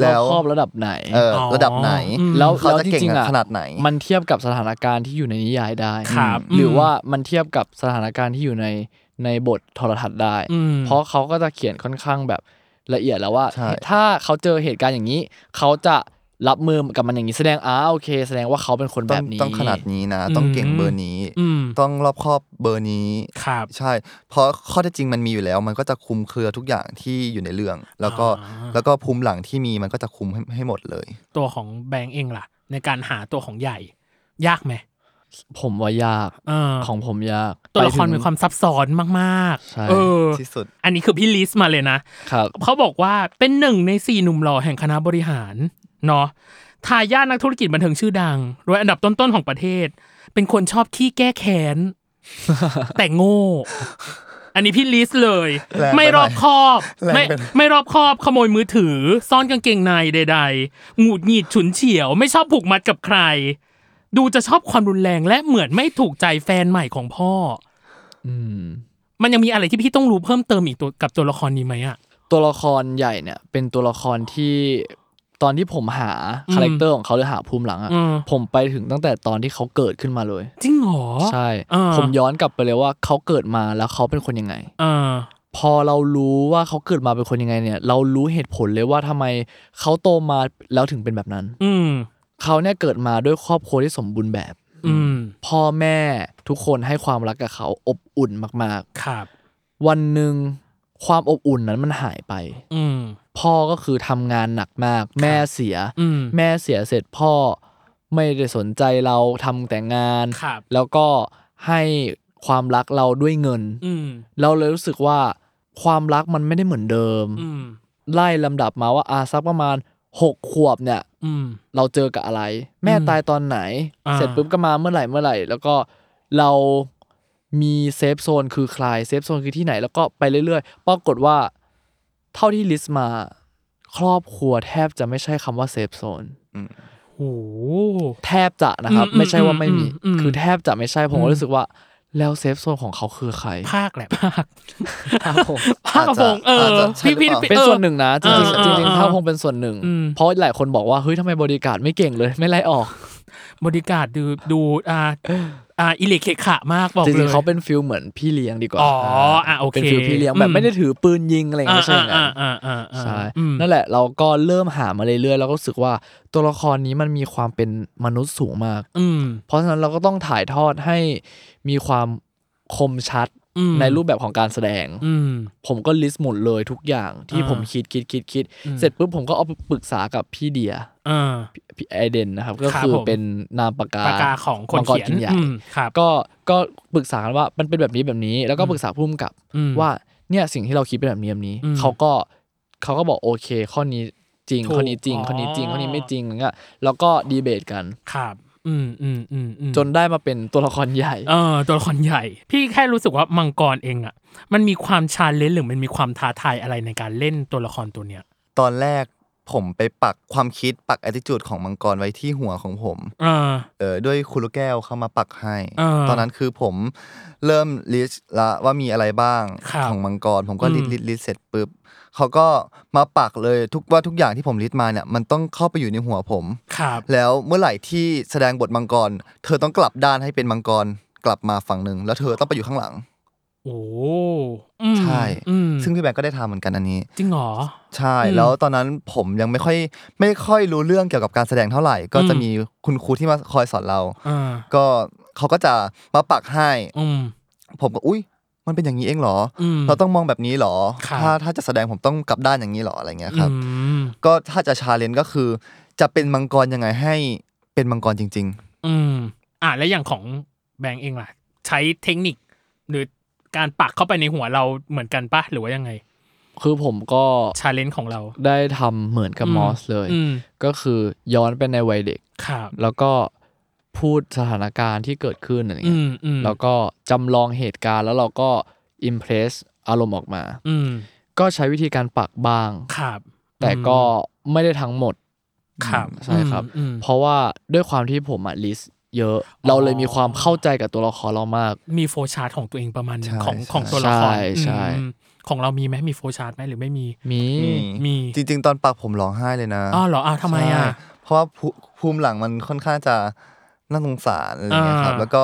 แล้ แล้ว วครอบระดับไหน เอออ อ ระดับไหน อืม แล้ว เขา แล้ว จะเก่ง จริงๆ อะ อะ ขนาดไหน มันเทียบกับสถานการณ์ที่อยู่ในนิยายได้ ครับ หรือ ม ว่ามันเทียบกับสถานการณ์ที่อยู่ในในบทโทรทัศน์ได้ อืม เพราะเขาก็จะเขียนค่อนข้างแบบละเอียดแล้วว่า ใช่ ถ้าเขาเจอเหตุการณ์อย่างนี้ เขาจะรับมือกับมันอย่างนี้แสดงอ้าโอเค แสดงว่าเขาเป็นคน ต้ แบ อง บนี้ ต้องขนาดนี้นะ ต้องเก่ง อืม เบอร์นี้ อืม ต้องรอบคอบเบอร์นี้ ครับ ใช่ เพราะข้อเท็จจริงมันมีอยู่แล้ว มันก็จะคุมเครือทุกอย่างที่อยู่ในเรื่อง แล้วก็ อ่า แล้วก็ภูมิหลังที่มีมันก็จะคุมให้ให้หมดเลย ตัวของแบงค์เองล่ะ ในการหาตัวของใหญ่ ยากไหม ผมว่ายาก เออ ของผมยาก ตัวละคร ไปถึง มีความซับซ้อนมาก ใช่ ๆเออ ที่สุด อันนี้คือพี่ลิสต์มาเลยนะ ครับ เขาบอกว่าเป็นหนึ่งในสี่หนุ่มหล่อแห่งคณะบริหารเนาะทายาทนักธุรกิจบันเทิงชื่อดังรวยอันดับต้น ๆ ของประเทศ เป็นคนชอบขี้แก้แค้ น แต่โง่ อันนี้พี่ลิสต์เลย แรงไปหน่อย ไม่รอบคอบ แรงไปหไม่น่อย ไม่รอบคอบขโมยมือถือ ซ่อนกางเกงในใด ๆ หงุดหงิดฉุนเฉียว ไม่ชอบผูกมัดกับใคร ดูจะชอบความรุนแรงและเหมือนไม่ถูกใจแฟนใหม่ของพ่อ อืม มันยังมีอะไรที่พี่ต้องรู้เพิ่มเติมอีกตัวกับตัวละครนี้ไหมอ่ะ ตัวละครใหญ่เนี่ย เป็นตัวละครที่ตอนที่ผมหา อืม คาแรคเตอร์ของเขาหรือหาภูมิหลังอะ อืม ผมไปถึงตั้งแต่ตอนที่เขาเกิดขึ้นมาเลย จริงเหรอ ใช่ อ่า ผมย้อนกลับไปเลยว่าเขาเกิดมาแล้วเขาเป็นคนยังไง อ่า พอเรารู้ว่าเขาเกิดมาเป็นคนยังไงเนี่ย เรารู้เหตุผลเลยว่าทำไมเขาโตมาแล้วถึงเป็นแบบนั้น อืม เขาเนี่ยเกิดมาด้วยครอบครัวที่สมบูรณ์แบบ อืม พ่อแม่ทุกคนให้ความรักกับเขาอบอุ่นมาก ครับ ๆ วันหนึ่งความอบอุ่นนั้นมันหายไป อืม พ่อก็คือทำงานหนักมาก แม่เสีย อืม แม่เสียเสร็จพ่อไม่ได้สนใจเราทำแต่งาน ครับ แล้วก็ให้ความรักเราด้วยเงิน อืม เราเลยรู้สึกว่าความรักมันไม่ได้เหมือนเดิม อืม ไล่ลำดับมาว่าอาซักประมาณ 6 ขวบเนี่ย อืม เราเจอกับอะไร แม่ อืม ตายตอนไหน อ่า เสร็จปุ๊บก็มาเมื่อไหร่เมื่อไหร่ แล้วก็เรามีเซฟโซนคือใครเซฟโซนคือที่ไหนแล้วก็ไปเรื่อยๆปรากฏว่าเท่าที่ลิสต์มา ครอบครัวแทบจะไม่ใช่คำว่าเซฟโซน โห แทบจะนะครับ อืม ไม่ใช่ว่าไม่มี อืมอืม คือแทบจะไม่ใช่ผม อืม ก็รู้สึกว่า แล้วเซฟโซนของเขาคือใคร ภาคแหละภาค ครับผม ภาคกระพงเออ อาจจะใช่ พี่ หรือ พี่พี่เปล่าเป็น ออ ส่วนหนึ่งนะจริง เออเออ ๆจริง เออ ๆถ้าคงเป็นส่วนหนึ่ง อืม เพราะหลายคนบอกว่าเฮ้ยทำไมบริการไม่เก่งเลยไม่ไล่ออก บริการดูดูอ่าอ่าอิเล็กเคขะมากบอก จ เล ริง ย ๆเขาเป็นฟิลเหมือนพี่เลี้ยงดีกว่า อ๋ออ่ะโอเค เป็นฟิลพี่เลี้ยง อืม แบบไม่ได้ถือปืนยิงอะไรอย่าง อ่า เงี้ยไม่ใช่ไหม อ่าอ่าอ่าอ่า ใช่ อืม นั่นแหละเราก็เริ่มหามาเรื่อยๆแล้วก็รู้สึกว่าตัวละครนี้มันมีความเป็นมนุษย์สูงมาก อืม เพราะฉะนั้นเราก็ต้องถ่ายทอดให้มีความคมชัด อืม ในรูปแบบของการแสดง อืม ผมก็ลิสต์หมดเลยทุกอย่างที่ อ่า ผมคิดคิดคิดคิด อืม เสร็จปุ๊บผมก็เอาไปปรึกษากับพี่เดีย อ่า พี่ไอเดนนะครับก็คือ ครับผม เป็นนามปากกา ปากกาของคน มังกร เขียน กินใหญ่ อืมครับ ก็ก็ปรึกษากันว่ามันเป็นแบบนี้แบบนี้ แล้วก็ปรึกษาพุ่มกับ อืม ว่าเนี่ยสิ่งที่เราคิดเป็นแบบนี้แบบนี้ อืม เขาก็เขาก็บอกโอเค ข้อนี้จริง ถูก ข้อนี้จริง อ๋อ ข้อนี้จริงข้อนี้ไม่จริงอย่างเงี้ยแล้วก็ดีเบตกัน ครับ อืมอืมอืมอืม จนได้มาเป็นตัวละครใหญ่ เออตัวละครใหญ่ พี่แค่รู้สึกว่ามังกรเองอะมันมีความชาเลนจ์หรือมันมีความท้าทายอะไรในการเล่นตัวละครตัวเนี้ย ตอนแรกผมไปปักความคิดปัก attitude ของมังกรไว้ที่หัวของผม เออ เออด้วยคุรุแก้วเข้ามาปักให้ อ่า ตอนนั้นคือผมเริ่มลิสต์ละว่ามีอะไรบ้าง ครับ ของมังกร ผมก็ลิส อืม ต์ลิสต์ลิสต์เสร็จปุ๊บเขาก็มาปักเลยทุกว่าทุกอย่างที่ผมลิสต์มาเนี่ยมันต้องเข้าไปอยู่ในหัวผม ครับ แล้วเมื่อไหร่ที่แสดงบทมังกร เธอต้องกลับด้านให้เป็นมังกรกลับมาฝั่งหนึ่งแล้วเธอต้องไปอยู่ข้างหลัง โอ้อืม ใช่ อืม ซึ่งพี่แบงก์ก็ได้ทำเหมือนกันอันนี้ จริงเหรอ ใช่ อืม แล้วตอนนั้นผมยังไม่ค่อยไม่ค่อยรู้เรื่องเกี่ยวกับการแสดงเท่าไหร่ ก็จะ อืม มีคุณครูที่มาคอยสอนเรา อ่า ก็เขาก็จะมาปักให้ อืม ผมก็อุ้ย มันเป็นอย่างนี้เองเหรอ อืม เราต้องมองแบบนี้เหรอ ครับ ถ้าถ้าจะแสดงผมต้องกลับด้านอย่างนี้เหรออะไรเงี้ยครับ อืม ก็ถ้าจะชาเลนจ์ก็คือ จะเป็นมังกรยังไงให้เป็นมังกรจริง อืมอ่ะแล้วอย่างของแบงก์เองล่ะ ใช้เทคนิค หรือการปักเข้าไปในหัวเราเหมือนกันปะหรือว่ายังไง คือผมก็ ชาเลนจ์ของเรา ได้ทำเหมือนกับ อืม มอสเลย อืม ก็คือย้อนไปในวัยเด็ก ครับ แล้วก็พูดสถานการณ์ที่เกิดขึ้นอะไร อื เงี้ย มอืม แล้วก็จำลองเหตุการณ์แล้วเราก็อิมเพรสอารมณ์ออกมา อืม ก็ใช้วิธีการปักบ้าง ครับ แต่ก็ไม่ได้ทั้งหมด ครับ ใช่ครับ อืม เพ อืม ราะว่าด้วยความที่ผมอะลิสเยอะ เราเลยมีความเข้าใจกับตัวละครเรามาก มีโฟชาร์ตของตัวเองประมาณหนึง ใช่ ของ ใช่ ของตัวละคร ใช่ใช่ อืมของเรามีไหมมีโฟชาร์ตไหมหรือไม่มี มี ๆมี มี จริง ๆ ตอนปักผมร้องไห้เลยนะ อ้าวเหรออ้าวทำไมอ่ะ ใช่เพราะว่าภูภูมิหลังมันค่อนข้างจะน่าสงสารอะไรเงี้ยครับ อ่า แล้วก็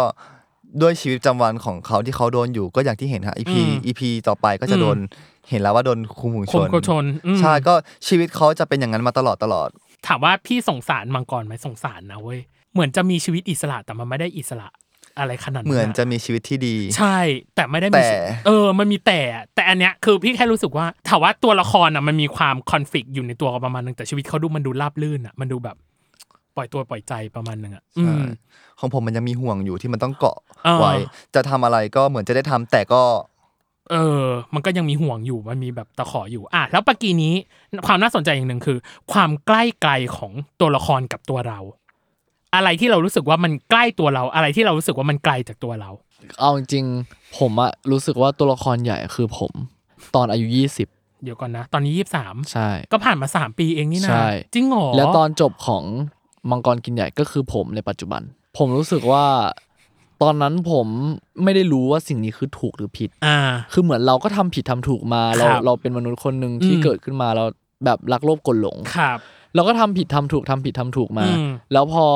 ด้วยชีวิตประจำวันของเขาที่เขาโดนอยู่ก็อย่างที่เห็นฮะ EP อืม EP ต่อไปก็จะโดนเห็นแล้วว่าโดนคุมหู คมกระชนอืม ใช่ก็ชีวิตเขาจะเป็นอย่างนั้นมาตลอดตลอด ถามว่าพี่สงสารมังกรไหมสงสารนะเว้ยเหมือนจะมีชีวิตอิสระแต่มันไม่ได้อิสระอะไรขนาด เหมือนจะ ะ มีชีวิตที่ดี ใช่ แต่ไม่ได้มี แต่ ชีวิตเออ มันมีแต่อะแต่อันเนี้ยคือพี่แค่รู้สึกว่าถามว่าตัวละครอ่ะมันมีความคอนฟ lict อยู่ในตัวประมาณนึงแต่ชีวิตเขาดูมันดูราบลื่นอ่ะมันดูแบบ ปล่อยตัวปล่อยใจประมาณนึงอ่ะอืม ของผมมันยังมีห่วงอยู่ที่มันต้องเกาะ อ่า ไว้ จะทำอะไรก็เหมือนจะได้ทำแต่ก็ เออ มันก็ยังมีห่วงอยู่ มันมีแบบตะขออยู่ อ่ะ แล้วปากีนี้ ความน่าสนใจอย่างหนึ่งคือ ความใกล้ไกลของตัวละครกับตัวเรา อะไรที่เรารู้สึกว่ามันใกล้ตัวเรา อะไรที่เรารู้สึกว่ามันไกลจากตัวเรา เอาจริงๆผมอะรู้สึกว่าตัวละครใหญ่คือผม ตอนอายุ เดี๋ยวก่อนนะ ตอนนี้ยี่สาม 20 ใช่ ก็ผ่านมาสามปีเองนี่นะ ใช่ จริงเหรอ แล้วตอนจบของมังกรกินใหญ่ก็คือผมในปัจจุบัน ผมรู้สึกว่า ตอนนั้นผมไม่ได้รู้ว่าสิ่งนี้คือถูกหรือผิด อ่า คือเหมือนเราก็ทำผิดทำถูกมาเรา ครับ เราเป็นมนุษย์คนหนึ่งที่ อืม เกิดขึ้นมาเราแบบรักโลภกลหลง ครับ เราก็ทำผิดทำถูกทำผิดทำถูกมา อืม แล้วพอ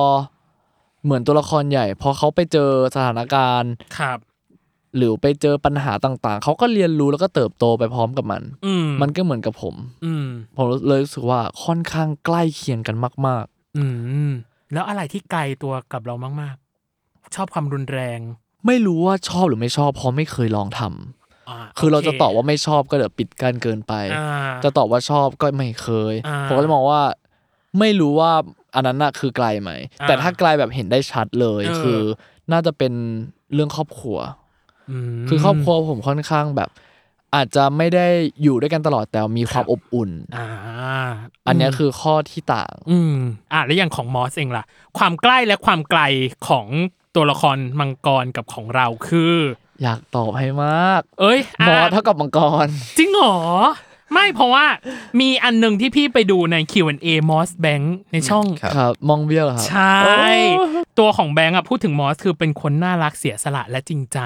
เหมือนตัวละครใหญ่ พอเขาไปเจอสถานการณ์ ครับ หรือไปเจอปัญหาต่างๆ เขาก็เรียนรู้แล้วก็เติบโตไปพร้อมกับมัน อืม มันก็เหมือนกับผม อืม ผมเลยรู้สึกว่าค่อนข้างใกล้เคียงกันมาก อืม แล้วอะไรที่ไกลตัวกับเรามาก ๆ ชอบความรุนแรง ๆ ไม่รู้ว่าชอบหรือไม่ชอบเพราะไม่เคยลองทำ อ่า คือเราจะ โ ตอบว่าไม่ชอบก็เดี๋ยวปิดกันเกินไป อ่า จะตอบว่าชอบก็ไม่เคย อ่า ผมก็เลยมองว่า ไม่รู้ว่าอันนั้นน่ะคือไกลไหม อ่า แต่ถ้าไกลแบบเห็นได้ชัดเลย เออ คือน่าจะเป็นเรื่องครอบครัว ม คือครอบครัวผมค่อนข้างแบบ อาจจะไม่ได้อยู่ด้วยกันตลอดแต่มีความ ครับ อบอุ่น อ่า อันเนี้ยคือข้อที่ต่าง อืมอ่ะแล้วอย่างของมอสเองล่ะ ความใกล้และความไกลของตัวละครมังกรกับของเราคือ อยากตอบให้มาก เอ้ยะ มอสเท่ากับมังกร จริงเหรอ ไม่เพราะว่ามีอันหนึ่งที่พี่ไปดูใน Q&A มอสแบงค์ในช่อง ครับ ครับ มองเบี้ยวเหรอค ใช รับ่ ตัวของแบงค์อ่ะพูดถึงมอสคือเป็นคนน่ารักเสียสละและจริงใจ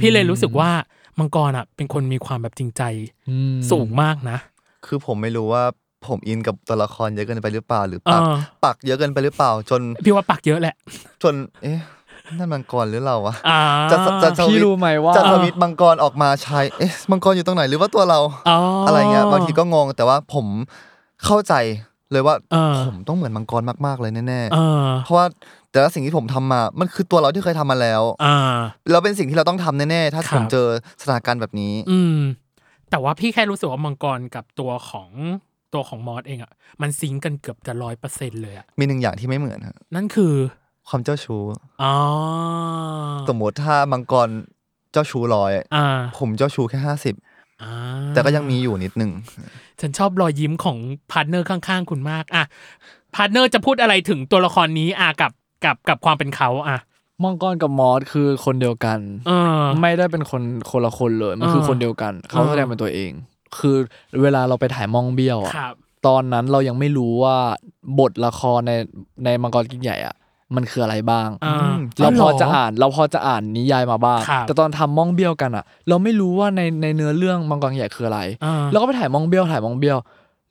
พี่เลยรู้สึกว่ามังกรอ่ะ เป็นคนมีความแบบจริงใจ อืม สูงมากนะ คือผมไม่รู้ว่าผมอินกับตัวละครเยอะเกินไปหรือเปล่า หรือ เอ ปัก อ ปักเยอะเกินไปหรือเปล่า จน พี่ว่าปักเยอะแหละ จน เอ๊ะนั่นมังกรหรือเราวะ อ่า จะจะสวิ พี่ ต รู้ไหมว่า จะสวิตมังกรออกมาใช้เอ๊ะมังกรอยู่ตรงไหนหรือว่าตัวเรา อะไรเงี้ยบางทีก็งงแต่ว่าผมเข้าใจเลยว่า เออ ผมต้องเหมือนมังกรมากๆเลยแน่ เออ ๆเพราะว่าแต่ละสิ่งที่ผมทำมา มันคือตัวเราที่เคยทำมาแล้ว อ่า แล้วเป็นสิ่งที่เราต้องทำแน่ๆ ถ้า ครับ ผมเจอสถานการณ์แบบนี้ อืม แต่ว่าพี่แค่รู้สึกว่ามังกรกับตัวของตัวของมอสเองอะมันซิงก์กันเกือบจะร้อยเปอร์เซ็นเลยอะ มีหนึ่งอย่างที่ไม่เหมือนฮะ นั่นคือ ความเจ้าชู้ อ๋อ สมมติถ้ามังกรเจ้าชู้ร้อย อ่า ผมเจ้าชู้แค่ห้าสิบ อ่า แต่ก็ยังมีอยู่นิดนึง ฉันชอบรอยยิ้มของพาร์ทเนอร์ข้างๆ คุณมากอะพาร์ทเนอร์จะพูดอะไรถึงตัวละครนี้อะกับกับกับความเป็นเขาอะ มังกรกับมอสคือคนเดียวกัน เออ ไม่ได้เป็นคนคนละคนเลย มันคือ เออ คนเดียวกัน เขา เออ แสดงเป็นตัวเอง คือเวลาเราไปถ่ายมองเบี้ยวอะ ครับ ตอนนั้นเรายังไม่รู้ว่าบทละครในในมังกรกินใหญ่อะมันคืออะไรบ้าง อ่า เราพอจะ ห อ่านเราพอจะอ่านนิยายมาบ้าง ครับ แต่ตอนทำมองเบี้ยวกันอะเราไม่รู้ว่าในในเนื้อเรื่องมังกรกินใหญ่คืออะไร อ่า แล้วก็ไปถ่ายมองเบี้ยวถ่ายมองเบี้ยว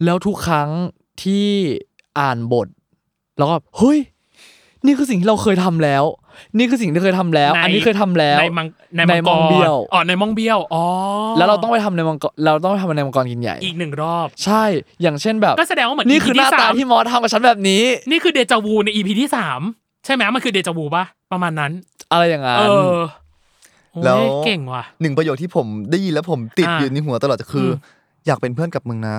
แล้วทุกครั้งที่อ่านบท แล้วก็เฮ้ย นี่คือสิ่งที่เราเคยทำแล้ว นี่คือสิ่งที่เคยทำแล้ว อันนี้เคยทำแล้ว ในมังใน ใน มังก มัง ร เบี้ยว อ๋อในมังเบี้ยวอ๋อ แล้วเราต้องไปทำในมังกรเราต้องไปทำในมังกรกินใหญ่ อีกหนึ่งรอบ ใช่ อย่างเช่นแบบ ก็แสดงว่าเหมือน นี่ EP คือหน้า ส ตาม ที่มอสทำกับฉันแบบนี้ นี่คือเดจาวูในอีพีที่สามใช่ไหมมันคือเดจาวูปะประมาณนั้น อะไรอย่างนั้ เอน อ โอ้ย แล้ว เก่งว่ะ หนึ่งประโยคที่ผมได้ยินแล้วผมติด อ่า อยู่ในหัวตลอดคืออ ม อยากเป็นเพื่อนกับมึงนะ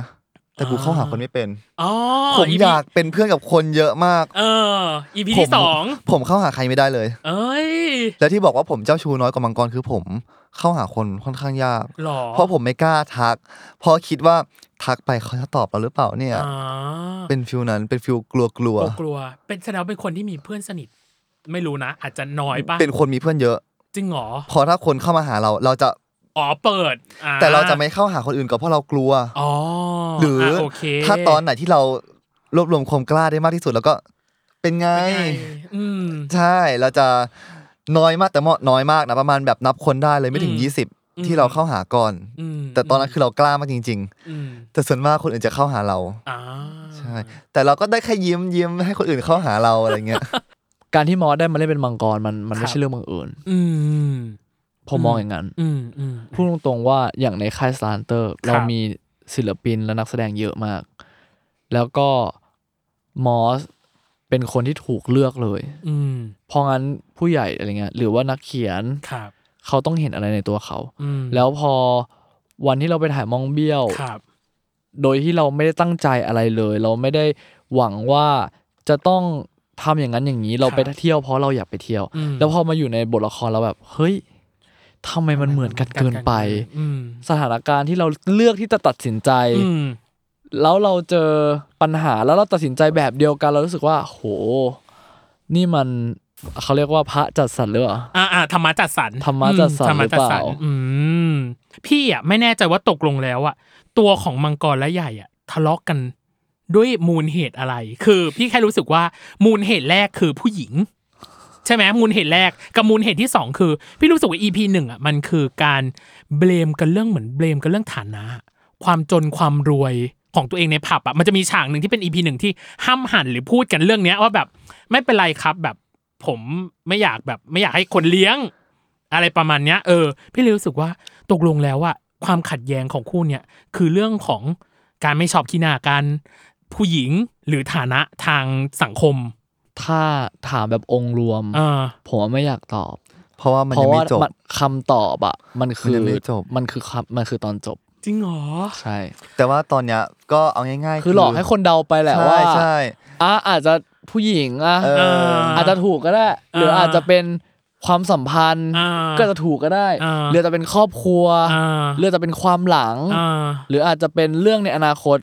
แต่กู อ่า เข้าหาคนไม่เป็น อ๋อ ผม EP อยากเป็นเพื่อนกับคนเยอะมาก เออ EP ผม ที่สอง ผมเข้าหาใครไม่ได้เลย เอ้ย และที่บอกว่าผมเจ้าชู้น้อยกว่ามังกรคือผมเข้าหาคนค่อนข้างยาก หรอ เพราะผมไม่กล้าทัก เพราะคิดว่าทักไปเขาจะตอบเราหรือเปล่าเนี่ย อ๋อ เป็นฟิลนั้นเป็นฟิลกลัวกลัว กลัวๆเป็นแสดงว่าเป็นคนที่มีเพื่อนสนิท ไม่รู้นะ อาจจะน้อยป่ะ เป็นคนมีเพื่อนเยอะ จริงเหรอ พอถ้าคนเข้ามาหาเราเราจะ อ๋อเปิดอ่ แต่เราจะไม่เข้าหาคนอื่นก็เพราะเรากลัว อ๋อ หรือ อ่ะโเค ถ้าตอนไหนที่เรารวบรวมความกล้าได้มากที่สุดแล้วก็เป็นไง เป็นไงอืม ใช่เราจะน้อยมากแต่เหมาะน้อยมากนะประมาณแบบนับคนได้เลยไม่ถึง อืมอืม 20 ที่เราเข้าหาก่อน อืม แต่ตอนนั้นคือเรากล้ามากจริง ม ๆ แต่ส่วนมากคนอื่นจะเข้าหาเรา อ่า ใช่แต่เราก็ได้แค่ยิ้มยิ้มให้คนอื่นเข้าหาเราอะไรเงี้ย การที่มอสได้มาเล่นเป็นมังกรมันมัน ครั ไม่ บ ใช่เรื่องบังเอิญ อืม ผม อืม มองอย่างนั้น อืมอืม พูดตรงๆว่าอย่างในค่ายสตาร์เตอร์ เรามีศิลปินและนักแสดงเยอะมาก แล้วก็มอสเป็นคนที่ถูกเลือกเลย อืม เพราะงั้นผู้ใหญ่อะไรเงี้ยหรือว่านักเขียน ครับ เขาต้องเห็นอะไรในตัวเขา อืม แล้วพอวันที่เราไปถ่ายมองเบี้ยว ครับ โดยที่เราไม่ได้ตั้งใจอะไรเลย เราไม่ได้หวังว่าจะต้องทำอย่างนั้นอย่างนี้ เราไปเที่ยวเพราะเราอยากไปเที่ยว อืม แล้วพอมาอยู่ในบทละครเราแบบเฮ้ยทำไมมันเหมือนกันเกินไป อืม สถานการณ์ที่เราเลือกที่จะตัดสินใจ อืม แล้วเราเจอปัญหาแล้วเราตัดสินใจแบบเดียวกันเรารู้สึกว่า โห นี่มันเขาเรียกว่าพระจัดสรรหรือเปล่า อ่าอ่าธรรมะจัดสรร ธรรมะจัดสรร อืมธรรมะจัดสรร หรือเปล่า อืมพี่อ่ะไม่แน่ใจว่าตกลงแล้วอ่ะตัวของมังกรและใหญ่อ่ะทะเลาะกันด้วยมูลเหตุอะไร คือพี่แค่รู้สึกว่ามูลเหตุแรกคือผู้หญิง ใช่ไหมมูลเหตุแรกกับมูลเหตุที่สองคือ พี่รู้สึกว่า EP หนึ่งอ่ะมันคือการเบลมกันเรื่องเหมือนเบลมกันเรื่องฐานะ ความจนความรวยของตัวเองในผับอ่ะมันจะมีฉากหนึ่งที่เป็นอีพีหนึ่งที่ห้ามหันหรือพูดกันเรื่องเนี้ยว่าแบบไม่เป็นไรครับแบบผมไม่อยากแบบไม่อยากให้คนเลี้ยง อะไรประมาณเนี้ยเออพี่เลยรู้สึกว่าตกลงแล้วอะความขัดแย้งของคู่เนี้ยคือเรื่องของการไม่ชอบขี้หน้ากัน ผู้หญิงหรือฐานะทางสังคม ถ้าถามแบบองค์รวม เออ ผมว่าไม่อยากตอบ เพราะว่ามัน เพ ยัง ราะ ไม่ ว่า จบ มันคำตอบอะมันมัคืนยั อง ไม่จบ มันคือคำมันคือตอนจบ จริงเหรอ ใช่ แต่ว่าตอนเนี้ยก็เอาง่ายๆ คือหลอกให้คนเดาไปแหละ ใช่ ว่า ใช่ อ่ะอาจจะผู้หญิงอ่ะ เอ ออ อาจจะถูกก็ได้ หรืออาจจะเป็นความสัมพันธ์ อ่า ก็จะถูกก็ได้ อ่า หรืออาจจะเป็นครอบครัว อ่า หรืออาจจะเป็นความหลัง อ่า หรืออาจจะเป็นเรื่องในอนาคต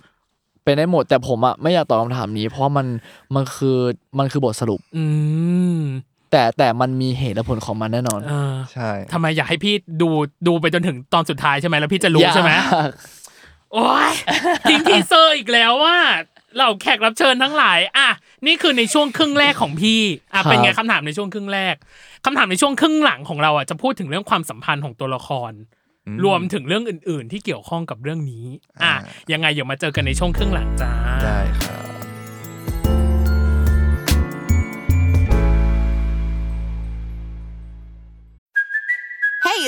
เป็นได้หมด แต่ผมอะไม่อยากตอบคำถามนี้ เพราะมันมันคือมันคือบทสรุป อืม แต่แต่มันมีเหตุและผลของมันแน่นอน อ่า ใช่ ทำไมอยากให้พี่ดูดูไปจนถึงตอนสุดท้ายใช่ไหมแล้วพี่จะรู้ใช่ไหม โอ้ ยทิ้งทีเซอร์อีกแล้วว่าเหล่าแขกรับเชิญทั้งหลาย อ่ะ นี่คือในช่วงครึ่งแรกของพี่ อ่ะ ครับ เป็นไงคำถามในช่วงครึ่งแรกคำถามในช่วงครึ่งหลังของเราอ่ะจะพูดถึงเรื่องความสัมพันธ์ของตัวละคร รวมถึงเรื่องอื่น ๆ ที่เกี่ยวข้องกับเรื่องนี้ อ่ะ ยังไงเดี๋ยวมาเจอกันในช่วงครึ่งหลังจ้า ได้ครับ Hey,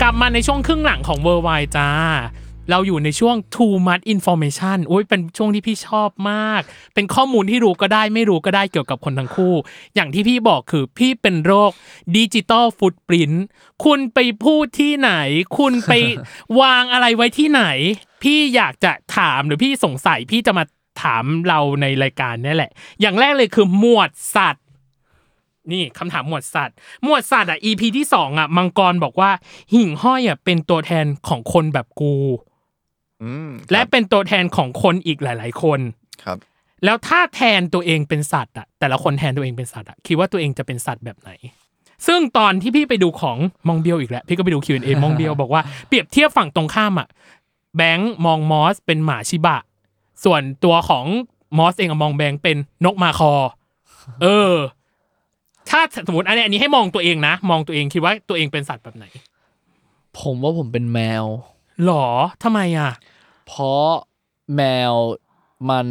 กลับมาในช่วงครึ่งหลังของเวอร์ไวจ้า เราอยู่ในช่วง too much information อุ้ยเป็นช่วงที่พี่ชอบมาก เป็นข้อมูลที่รู้ก็ได้ไม่รู้ก็ได้เกี่ยวกับคนทั้งคู่ อย่างที่พี่บอกคือพี่เป็นโรคดิจิตอลฟุตปรินคุณไปพูดที่ไหน คุณไป วางอะไรไว้ที่ไหน พี่อยากจะถามหรือพี่สงสัยพี่จะมาถามเราในรายการเนี่ยแหละ อย่างแรกเลยคือหมวดสัตว์ นี่คำถามหมวดสัตว์ หมวดสัตว์อ่ะ EP ที่สองอ่ะมังกรบอกว่า หิ่งห้อยอ่ะเป็นตัวแทนของคนแบบกู อืม และเป็นตัวแทนของคนอีกหลาย ๆ คน ครับ แล้วถ้าแทนตัวเองเป็นสัตว์อ่ะแต่ละคนแทนตัวเองเป็นสัตว์อ่ะคิดว่าตัวเองจะเป็นสัตว์แบบไหน ซึ่งตอนที่พี่ไปดูของมองเบียวอีกแล้วพี่ก็ไปดู Q&A มองเบียวบอกว่าเปรียบเทียบฝั่งตรงข้ามอ่ะแบงค์มองมอสเป็นหมาชิบะ ส่วนตัวของ มอสเองอะมองแบงค์เป็นนกมาค อ เออ ถ้าสมมติอันนี้อันนี้ให้มองตัวเองนะ มองตัวเองคิดว่าตัวเองเป็นสัตว์แบบไหน ผมว่าผมเป็นแมว หรอทำไมอ่ะ เพราะแมวมัน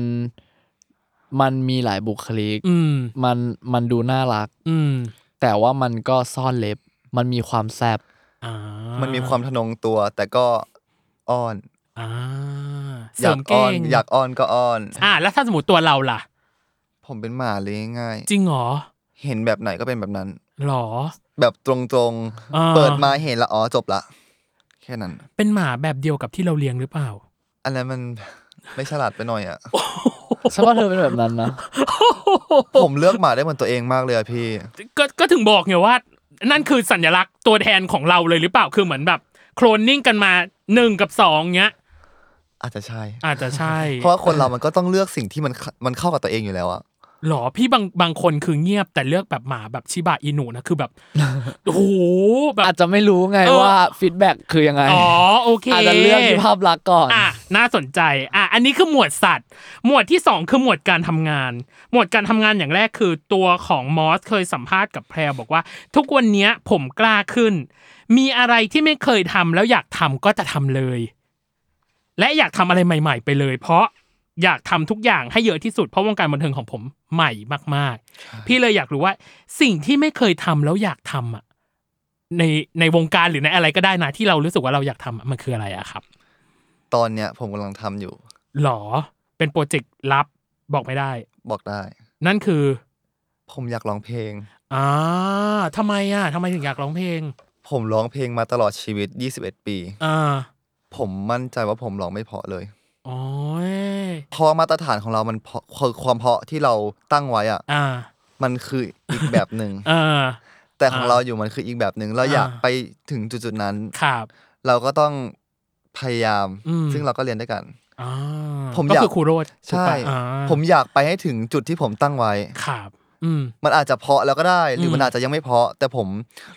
มันมีหลายบุคลิก อืม มันมันดูน่ารัก อืม แต่ว่ามันก็ซ่อนเล็บ มันมีความแซบ อ่า มั มัน มีความทะนงตัว แต่ก็อ้อน อ่า อยากอ้อนอยากอ้อนก็อ้อน อ่า แล้วถ้าสมมติตัวเราล่ะ ผมเป็นหมาเลยงง่าย จริงเหรอ เห็นแบบไหนก็เป็นแบบนั้น หรอ แบบตรง อ่า ๆ เปิดมาเห็นละอ๋อจบละ แค่นั้น เป็นหมาแบบเดียวกับที่เราเลี้ยงหรือเปล่า อันนั้น มัน ไม่ฉลาดไปหน่อยอ่ะ ฉันว่าเธอเป็นแบบนั้น นะ ผมเลือกหมาได้เหมือนตัวเองมากเลยอะพี่ ก็ก็ถึงบอกไงว่า นั่นคือสัญลักษณ์ตัวแทนของเราเลยหรือเปล่าคือเหมือนแบบ โคลนนิ่งกันมาหนึ่งกับสองเงี้ย อาจจะใช่ อาจจะ ใช่ เพราะว่าคนเรามันก็ต้องเลือกสิ่งที่มันเข้ ามันเข้ากับตัวเองอยู่แล้วอะ หรอพี่บางบางคนคือเงียบแต่เลือกแบบหมาแบบชิบะอินุนะคือ แบบ โอ้โหแบบ อาจจะไม่รู้ไง เออ ว่าฟีดแบ็กคือยังไง อ๋อโอเค อาจจะเลือกที่ภาพลักษณ์ก่อน อ่ะน่าสนใจอ่ะอันนี้คือหมวดสัตว์ หมวดที่สองคือหมวดการทำงาน หมวดการทำงานอย่างแรกคือตัวของมอสเคยสัมภาษณ์กับแพรบอกว่า ทุกวันเนี้ยผมกล้าขึ้น มีอะไรที่ไม่เคยทำแล้วอยากทำก็จะทำเลย และอยากทำอะไรใหม่ ๆ ไปเลย เพราะอยากทำทุกอย่างให้เยอะที่สุดเพราะวงการบันเทิงของผมใหม่มาก ๆ พี่เลยอยากรู้ว่าสิ่งที่ไม่เคยทำแล้วอยากทำอ่ะในในวงการหรือในอะไรก็ได้นะที่เรารู้สึกว่าเราอยากทำอะมันคืออะไรอะครับ ตอนเนี้ยผมกำลังทำอยู่ หรอ เป็นโปรเจกต์ลับบอกไม่ได้ บอกได้ นั่นคือ ผมอยากร้องเพลง อ่าทำไมอ่ะทำไมถึงอยากร้องเพลง ผมร้องเพลงมาตลอดชีวิต 21 ปี อ่า ผมมั่นใจว่าผมร้องไม่เพราะเลย โอ้ย เพราะว่ามาตรฐานของเรามันเพราะคือความเพราะที่เราตั้งไว้อะ อ่า มันคืออีกแบบ หนึ่ง เออ แต่ของ อ่า เราอยู่มันคืออีกแบบหนึ่งเราอยาก อ่า ไปถึงจุดๆนั้น ครับ เราก็ต้องพยายาม อืม ซึ่งเราก็เรียนด้วยกัน อ่า ผม ก็ อยาก คือครูโรด ใช่ ผ ผม ม อยากไปให้ถึงจุดที่ผมตั้งไว้ ครับ อืม มันอาจจะเพราะแล้วก็ได้ หรืออ ม มันอาจจะยังไม่เพราะ แต่ผม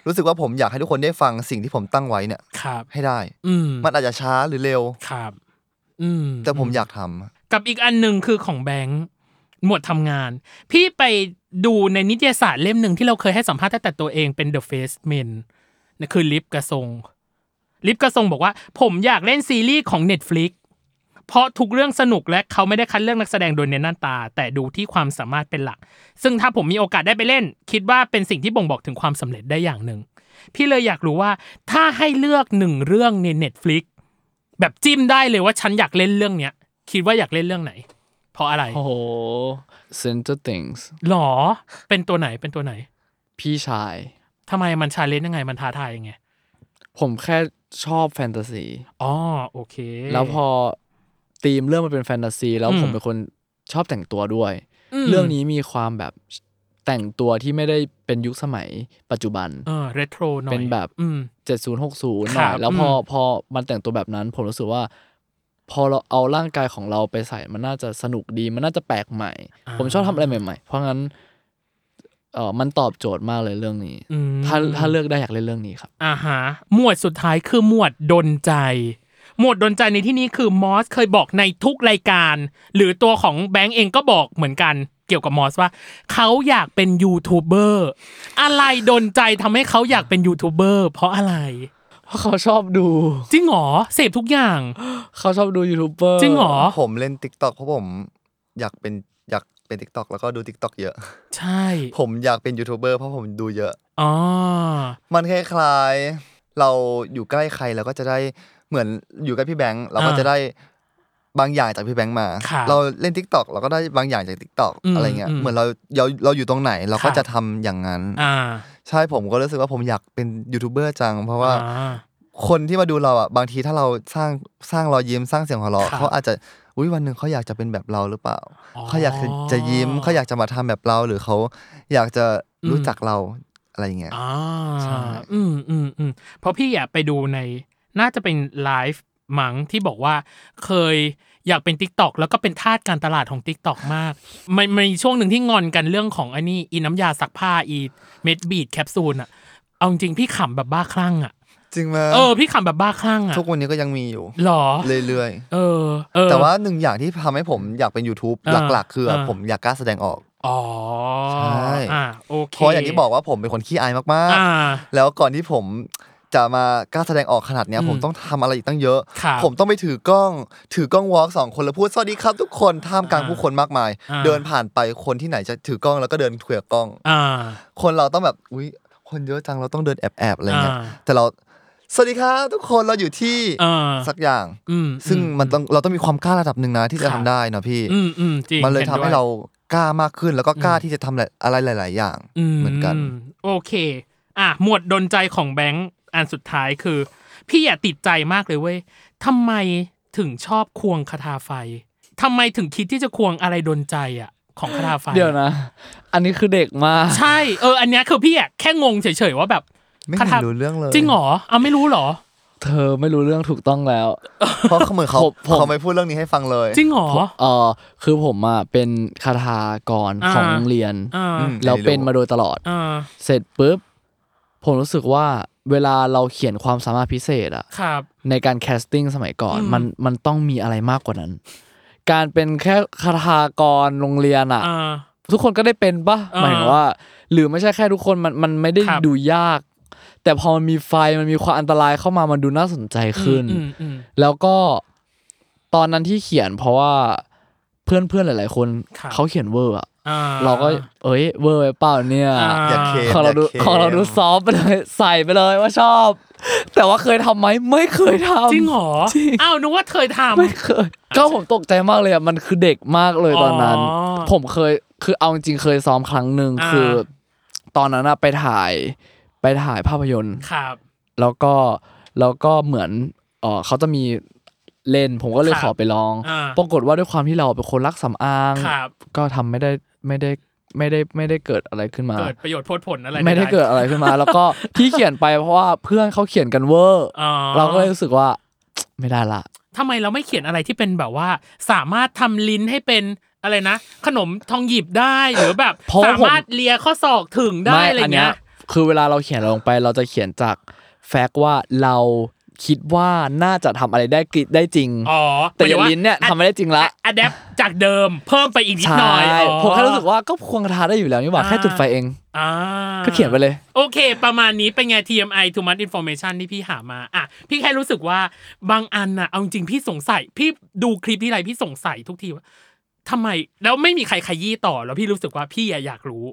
รู้สึกว่าผมอยากให้ทุกคนได้ฟังสิ่งที่ผมตั้งไว้เนี่ย ครับ ให้ได้ อืม มันอาจจะช้าหรือเร็ว ครับ อืม แต่ผมอยากทำ กับอีกอันหนึ่งคือของแบงค์หมวดทำงาน พี่ไปดูในนิตยสารเล่มหนึ่งที่เราเคยให้สัมภาษณ์ตั้งแต่ตัวเองเป็น The Face Men นะคือลิฟกระทรงลิฟกระทรงบอกว่า ผมอยากเล่นซีรีส์ของ Netflix เพราะทุกเรื่องสนุกและเขาไม่ได้คัดเลือกนักแสดงโดยเน้นหน้าตา แต่ดูที่ความสามารถเป็นหลัก ซึ่งถ้าผมมีโอกาสได้ไปเล่น คิดว่าเป็นสิ่งที่บ่งบอกถึงความสำเร็จได้อย่างหนึ่ง พี่เลยอยากรู้ว่า ถ้าให้เลือกหนึ่งเรื่องใน Netflix แบบจิ้มได้เลยว่าฉันอยากเล่นเรื่องเนี้ย คิดว่าอยากเล่นเรื่องไหน เพราะอะไร โอ้โห Stranger Things หรอ เป็นตัวไหนเป็นตัวไหน พี่ชาย ทำไมมันชาเลนจ์ยังไงมันท้าทายยังไง ผมแค่ชอบแฟนตาซี อ๋อโอเค แล้วพอธีมเรื่องมันเป็นแฟนตาซี แล้ว อืม ผมเป็นคนชอบแต่งตัวด้วย ม เรื่องนี้มีความแบบแต่งตัวที่ไม่ได้เป็นยุคสมัยปัจจุบัน เออเรโทรหน่อย เป็นแบบ อืม 70 60ห ครั น่อบ ยแล้วพอ อืม พอมันแต่งตัวแบบนั้น ผมรู้สึกว่า พอเราเอาร่างกายของเราไปใส่มันน่าจะสนุกดี มันน่าจะแปลกใหม่ ผมชอบทำอะไรใหม่ๆ เพราะงั้นเออมันตอบโจทย์มากเลยเรื่องนี้ อืม ถ้าถ้าเลือกได้อยากเล่นเรื่องนี้ครับ อ่าฮะหมวดสุดท้ายคือหมวดดนใจ หมวดดนใจในที่นี้คือมอสเคยบอกในทุกรายการ หรือตัวของแบงก์เองก็บอกเหมือนกันเกี่ยวกับมอสว่า เขาอยากเป็นยูทูบเบอร์อะไรดนใจทำให้เขาอยากเป็นยูทูบเบอร์เพราะอะไร เพราะเขาชอบดู จริงเหรอเสพทุกอย่าง เขาชอบดูยูทูบเบอร์ จริงเหรอ ผมเล่น t ิ k t o k เพราะผมอยากเป็นอยากเป็น t ิ k t o k แล้วก็ดู t ิ k t o k เยอะ ใช่ ผมอยากเป็นยูทูบเบอร์เพราะผมดูเยอะ อ๋อ มันคล้ายๆเราอยู่ใกล้ใครเราก็จะได้เหมือนอยู่ใกล้พี่แบงค์เราก็จะได้บางอย่างจากพี่แบงค์มา ครับ เราเล่น t ิ k t o k เราก็ได้บางอย่างจาก t ิ k t o k อืม อะไรเงี้ย อืม เหมือนเราเราเราอยู่ตรงไหนเรา ครั ก็ บ จะทำอย่างนั้น อ่า ใช่ผมก็รู้สึกว่าผมอยากเป็นยูทูบเบอร์จัง เพราะว่า อ่ คนที่มาดูเราอ่ะบางทีถ้าเราสร้างสร้างรอยยิ้มสร้างเสียงหัวเราะ ครับ เขาอาจจะอุ้ยวันหนึ่งเขาอยากจะเป็นแบบเราหรือเปล่า อ๋อ เขาอยากจะยิ้มเขาอยากจะมาทำแบบเราหรือเขาอยากจะรู้ อืม จักเราอะไรเงี้ย อ่า ใช่ อืมอืมอืมเพราะพี่อยากไปดูใน น่าจะเป็นไลฟ์มั้งที่บอกว่าเคยอยากเป็น t ิ k t o k แล้วก็เป็นทาสการตลาดของ t ิ k t o k มาก มันมันมีช่วงหนึ่งที่งอนกันเรื่องของไอันนี้อีน้ำยาซักผ้าอีเม็ดบีดแคปซูลอะเอาจริงๆพี่ขำแบบบ้าคลั่งอะ จริงไหม เออ พี่ขำแบบบ้าคลั่งอ่ะ ทุกวันนี้ก็ยังมีอยู่ หรอ เรื่อย เออ เออ ๆ แต่ว่าหนึ่งอย่างที่ทำให้ผมอยากเป็น YouTube อ่า หลักๆ คืออ่ะ อ่า ผมอยากกล้าแสดงออก อ๋อ ใช่ อ่าโอเค เพราะอย่างที่บอกว่าผมเป็นคนขี้อายมาก อ่า ๆ แล้วก่อนที่ผมจะมากล้าแสดงออกขนาดเนี้ย อืม ผมต้องทำอะไรอีกตั้งเยอะ ครับ ผมต้องไปถือกล้อง ถือกล้องวอล์กสองคนแล้วพูดสวัสดีครับทุกคนท่ามกลาง อ่า ผู้คนมากมาย อ่า เดินผ่านไปคนที่ไหนจะถือกล้องแล้วก็เดินคุยกับกล้อง อ่า คนเราต้องแบบอุ้ยคนเยอะจังเราต้องเดินแอบๆอะไรเงี้ย อ่า แต่เราสวัสดีครับทุกคนเราอยู่ที่ อ่า สักอย่าง อืม ซึ่ง อื มันต้องเราต้องมีความกล้าระดับหนึ่งนะที่จะ ครับทำได้นะพี่ อืมอืมจริง มันเลย ห็ ทำ ด้ว ให้เรากล้ามากขึ้นแล้วก็กล้าที่จะทำอะไรหลาย ๆ อย่างเหมือนกัน โอเค อ่ะ หมวดดนใจของแบงค์อันสุดท้ายคือ พี่อย่าติดใจมากเลยเว้ยทำไมถึงชอบควงคาถาไฟทำไมถึงคิดที่จะควงอะไรดนใจอ่ะ ของคาถาไฟ เดี๋ยวนะ อันนี้คือเด็กมาก ใช่ เออ อันเนี้ยคือพี่อ่ะแค่งงเฉยๆว่าแบบ ไม่ คา เห็ ถาน รู้เรื่องเลย จริงเหรอเอาไม่รู้เหรอ เธอไม่รู้เรื่องถูกต้องแล้ว เพราะเขาเหมือนเขา ผมผม เขาไม่พูดเรื่องนี้ให้ฟังเลย จริงเหรอ เออคือผมอ่ะเป็นคาถากร อ่า ของโรงเรียน อ่า อืม แล้วเป็นมาโดยตลอด อ่า เสร็จปุ๊บ ผมรู้สึกว่าเวลาเราเขียนความสามารถพิเศษอะ ครับ ในการแคสติ้งสมัยก่อน อืม มันมันต้องมีอะไรมากกว่านั้น การเป็นแค่คาถากรโรงเรียนอะ อ่า ทุกคนก็ได้เป็นปะ อ่า หมายถึงว่า หรือไม่ใช่แค่ทุกคนมันมันไม่ได้ ครับ ดูยาก แต่พอมันมีไฟมันมีความอันตรายเข้ามามันดูน่าสนใจขึ้น อืมอืม แล้วก็ตอนนั้นที่เขียนเพราะว่าเพื่อนเพื่อนๆหลาย ๆ คน ครับ เขาเขียนเวอร์อะ อ่า เราก็เอ้ยเวอร์ไปเปล่าเนี่ย อ่า อย่าเคม ของเราดู ย่คม ของเราดูซอฟต์ไปเลยใส่ไปเลยว่าชอบ แต่ว่าเคยทำไหมไม่เคยทำ จริงเหรอ จริง อ้าวนึกว่าเคยทำ ไม่เคยก็ผมตกใจมากเลยอ่ะ มันคือเด็กมากเลยตอนนั้น อ๋อ ผมเคย คือเอาจริงๆเคยซ้อมครั้งหนึ่ง อ่า คือ ตอนนั้นอะไปถ่ายไปถ่ายภาพยนตร์ ครับ แล้วก็แล้วก็เหมือนเออเขาจะมีเล่น ผมก็เลย ครับ ขอไปลอง อ่า ปรากฏว่าด้วยความที่เราเป็นคนรักสำอาง ครับ ก็ทำไม่ได้ไม่ได้ไม่ได้ไม่ได้เกิดอะไรขึ้นมา เกิดประโยชน์โพดผลอะไร ไม่ได้เกิดอะไร ขึ้นมา แล้วก็ที่เขียนไปเพราะว่าเพื่อนเขาเขียนกันเวอร์ อ๋อ เราก็เลยรู้สึกว่า ไม่ได้ละ ทำไมเราไม่เขียนอะไรที่เป็นแบบว่า สามารถทำลิ้นให้เป็นอะไรนะ ขนมทองหยิบได้หรือแบบ เพราะว่า สา ผม มารถเลียข้อศอกถึงได้อะไรเงี้ย คือเวลาเราเขียนลงไปเราจะเขียนจากแฟกต์ว่าเราคิดว่าน่าจะทำอะไรได้กิได้จริง อ๋อ แต่อย่าลิ้นเนี่ยทำไม่ได้จริงละ อะแดปจากเดิมเพิ่มไปอีกนิด ใช่ หน่อยอ๋อ ผมแค่รู้สึกว่าก็ควงกระทาได้อยู่แล้วนี่หว่า อ่า แค่จุดไฟเอง อ่า ก็เขียนไปเลย โอเค ประมาณนี้เป็นไง TMI too much information ที่พี่หามาอ่ะพี่แค่รู้สึกว่าบางอันน่ะเอาจริงๆพี่สงสัย พี่ดูคลิปที่ไรพี่สงสัยทุกทีว่าทำไมแล้วไม่มีใครขยี้ต่อ แล้วพี่รู้สึกว่าพี่อะอยากรู้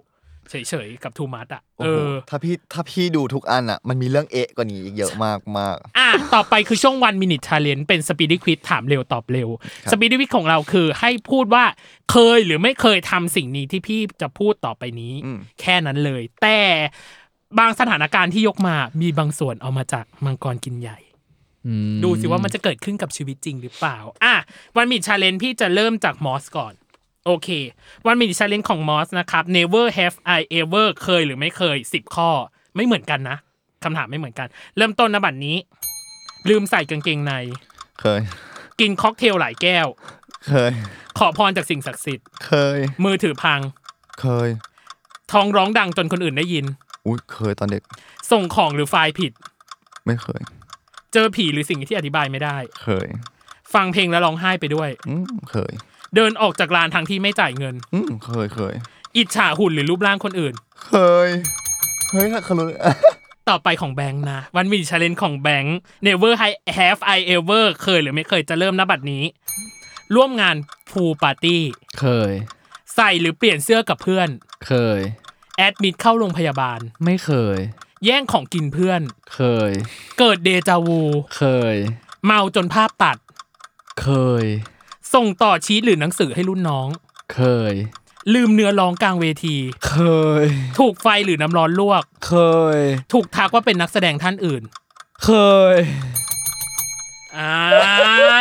เฉยๆกับ too much อ่ะ โอ้ เอ โห อ ถ้าพี่ถ้าพี่ดูทุกอันอ่ะ มันมีเรื่องเอะกว่านี้อีกเยอะมากมาก อ่ะ ต่อไปคือช่วง one minute challenge เป็น speedy quiz ถามเร็วตอบเร็ว speedy quiz ของเราคือให้พูดว่าเคยหรือไม่เคยทำสิ่งนี้ที่พี่จะพูดต่อไปนี้ อืม แค่นั้นเลย แต่บางสถานการณ์ที่ยกมามีบางส่วนเอามาจากมังกรกินใหญ่ อืม ดูสิว่ามันจะเกิดขึ้นกับชีวิตจริงหรือเปล่า อ่ะวันมิชาเลนพี่จะเริ่มจากมอสก่อน โอเค วันมิชาเลนของมอสนะครับ never have I ever เคยหรือไม่เคย 10 ข้อ ไม่เหมือนกันนะคำถามไม่เหมือนกัน เริ่มต้นนะบัดนี้ ลืมใส่กางเกงใน ๆเคย กินค็อกเทลหลายแก้ว เคย ขอพรจากสิ่งศักดิ์สิทธิ์ เคย มือถือพัง เคย ทองร้องดังจนคนอื่นได้ยิน อุ้ยเคยตอนเด็ก ส่งของหรือไฟล์ผิด ไม่เคย เจอผีหรือสิ่งที่อธิบายไม่ได้ เคย ฟังเพลงแล้วร้องไห้ไปด้วย อืมเคย เดินออกจากร้านทั้งที่ไม่จ่ายเงิน อืมเคยเคย อิจฉาหุ่นหรือรูปร่างคนอื่น เคย เฮ้ยเขารู้ ต่อไปของแบงค์นะ วันมีชาเลนของแบงค์ Never I Have I Ever เคยหรือไม่เคยจะเริ่มนบัดนี้ ร่วมงานพูปาร์ตี้ เคย ใส่หรือเปลี่ยนเสื้อกับเพื่อน เคย แอดมิดเข้าโรงพยาบาล ไม่เคย แย่งของกินเพื่อน เคย เกิดเดจาวู เคย เมาจนภาพตัด เคย ส่งต่อชีตหรือหนังสือให้รุ่นน้อง เคย ลืมเนื้อร้องกลางเวที เคย ถูกไฟหรือน้ำร้อนลวก เคย ถูกทักว่าเป็นนักแสดงท่านอื่น เคย อ่า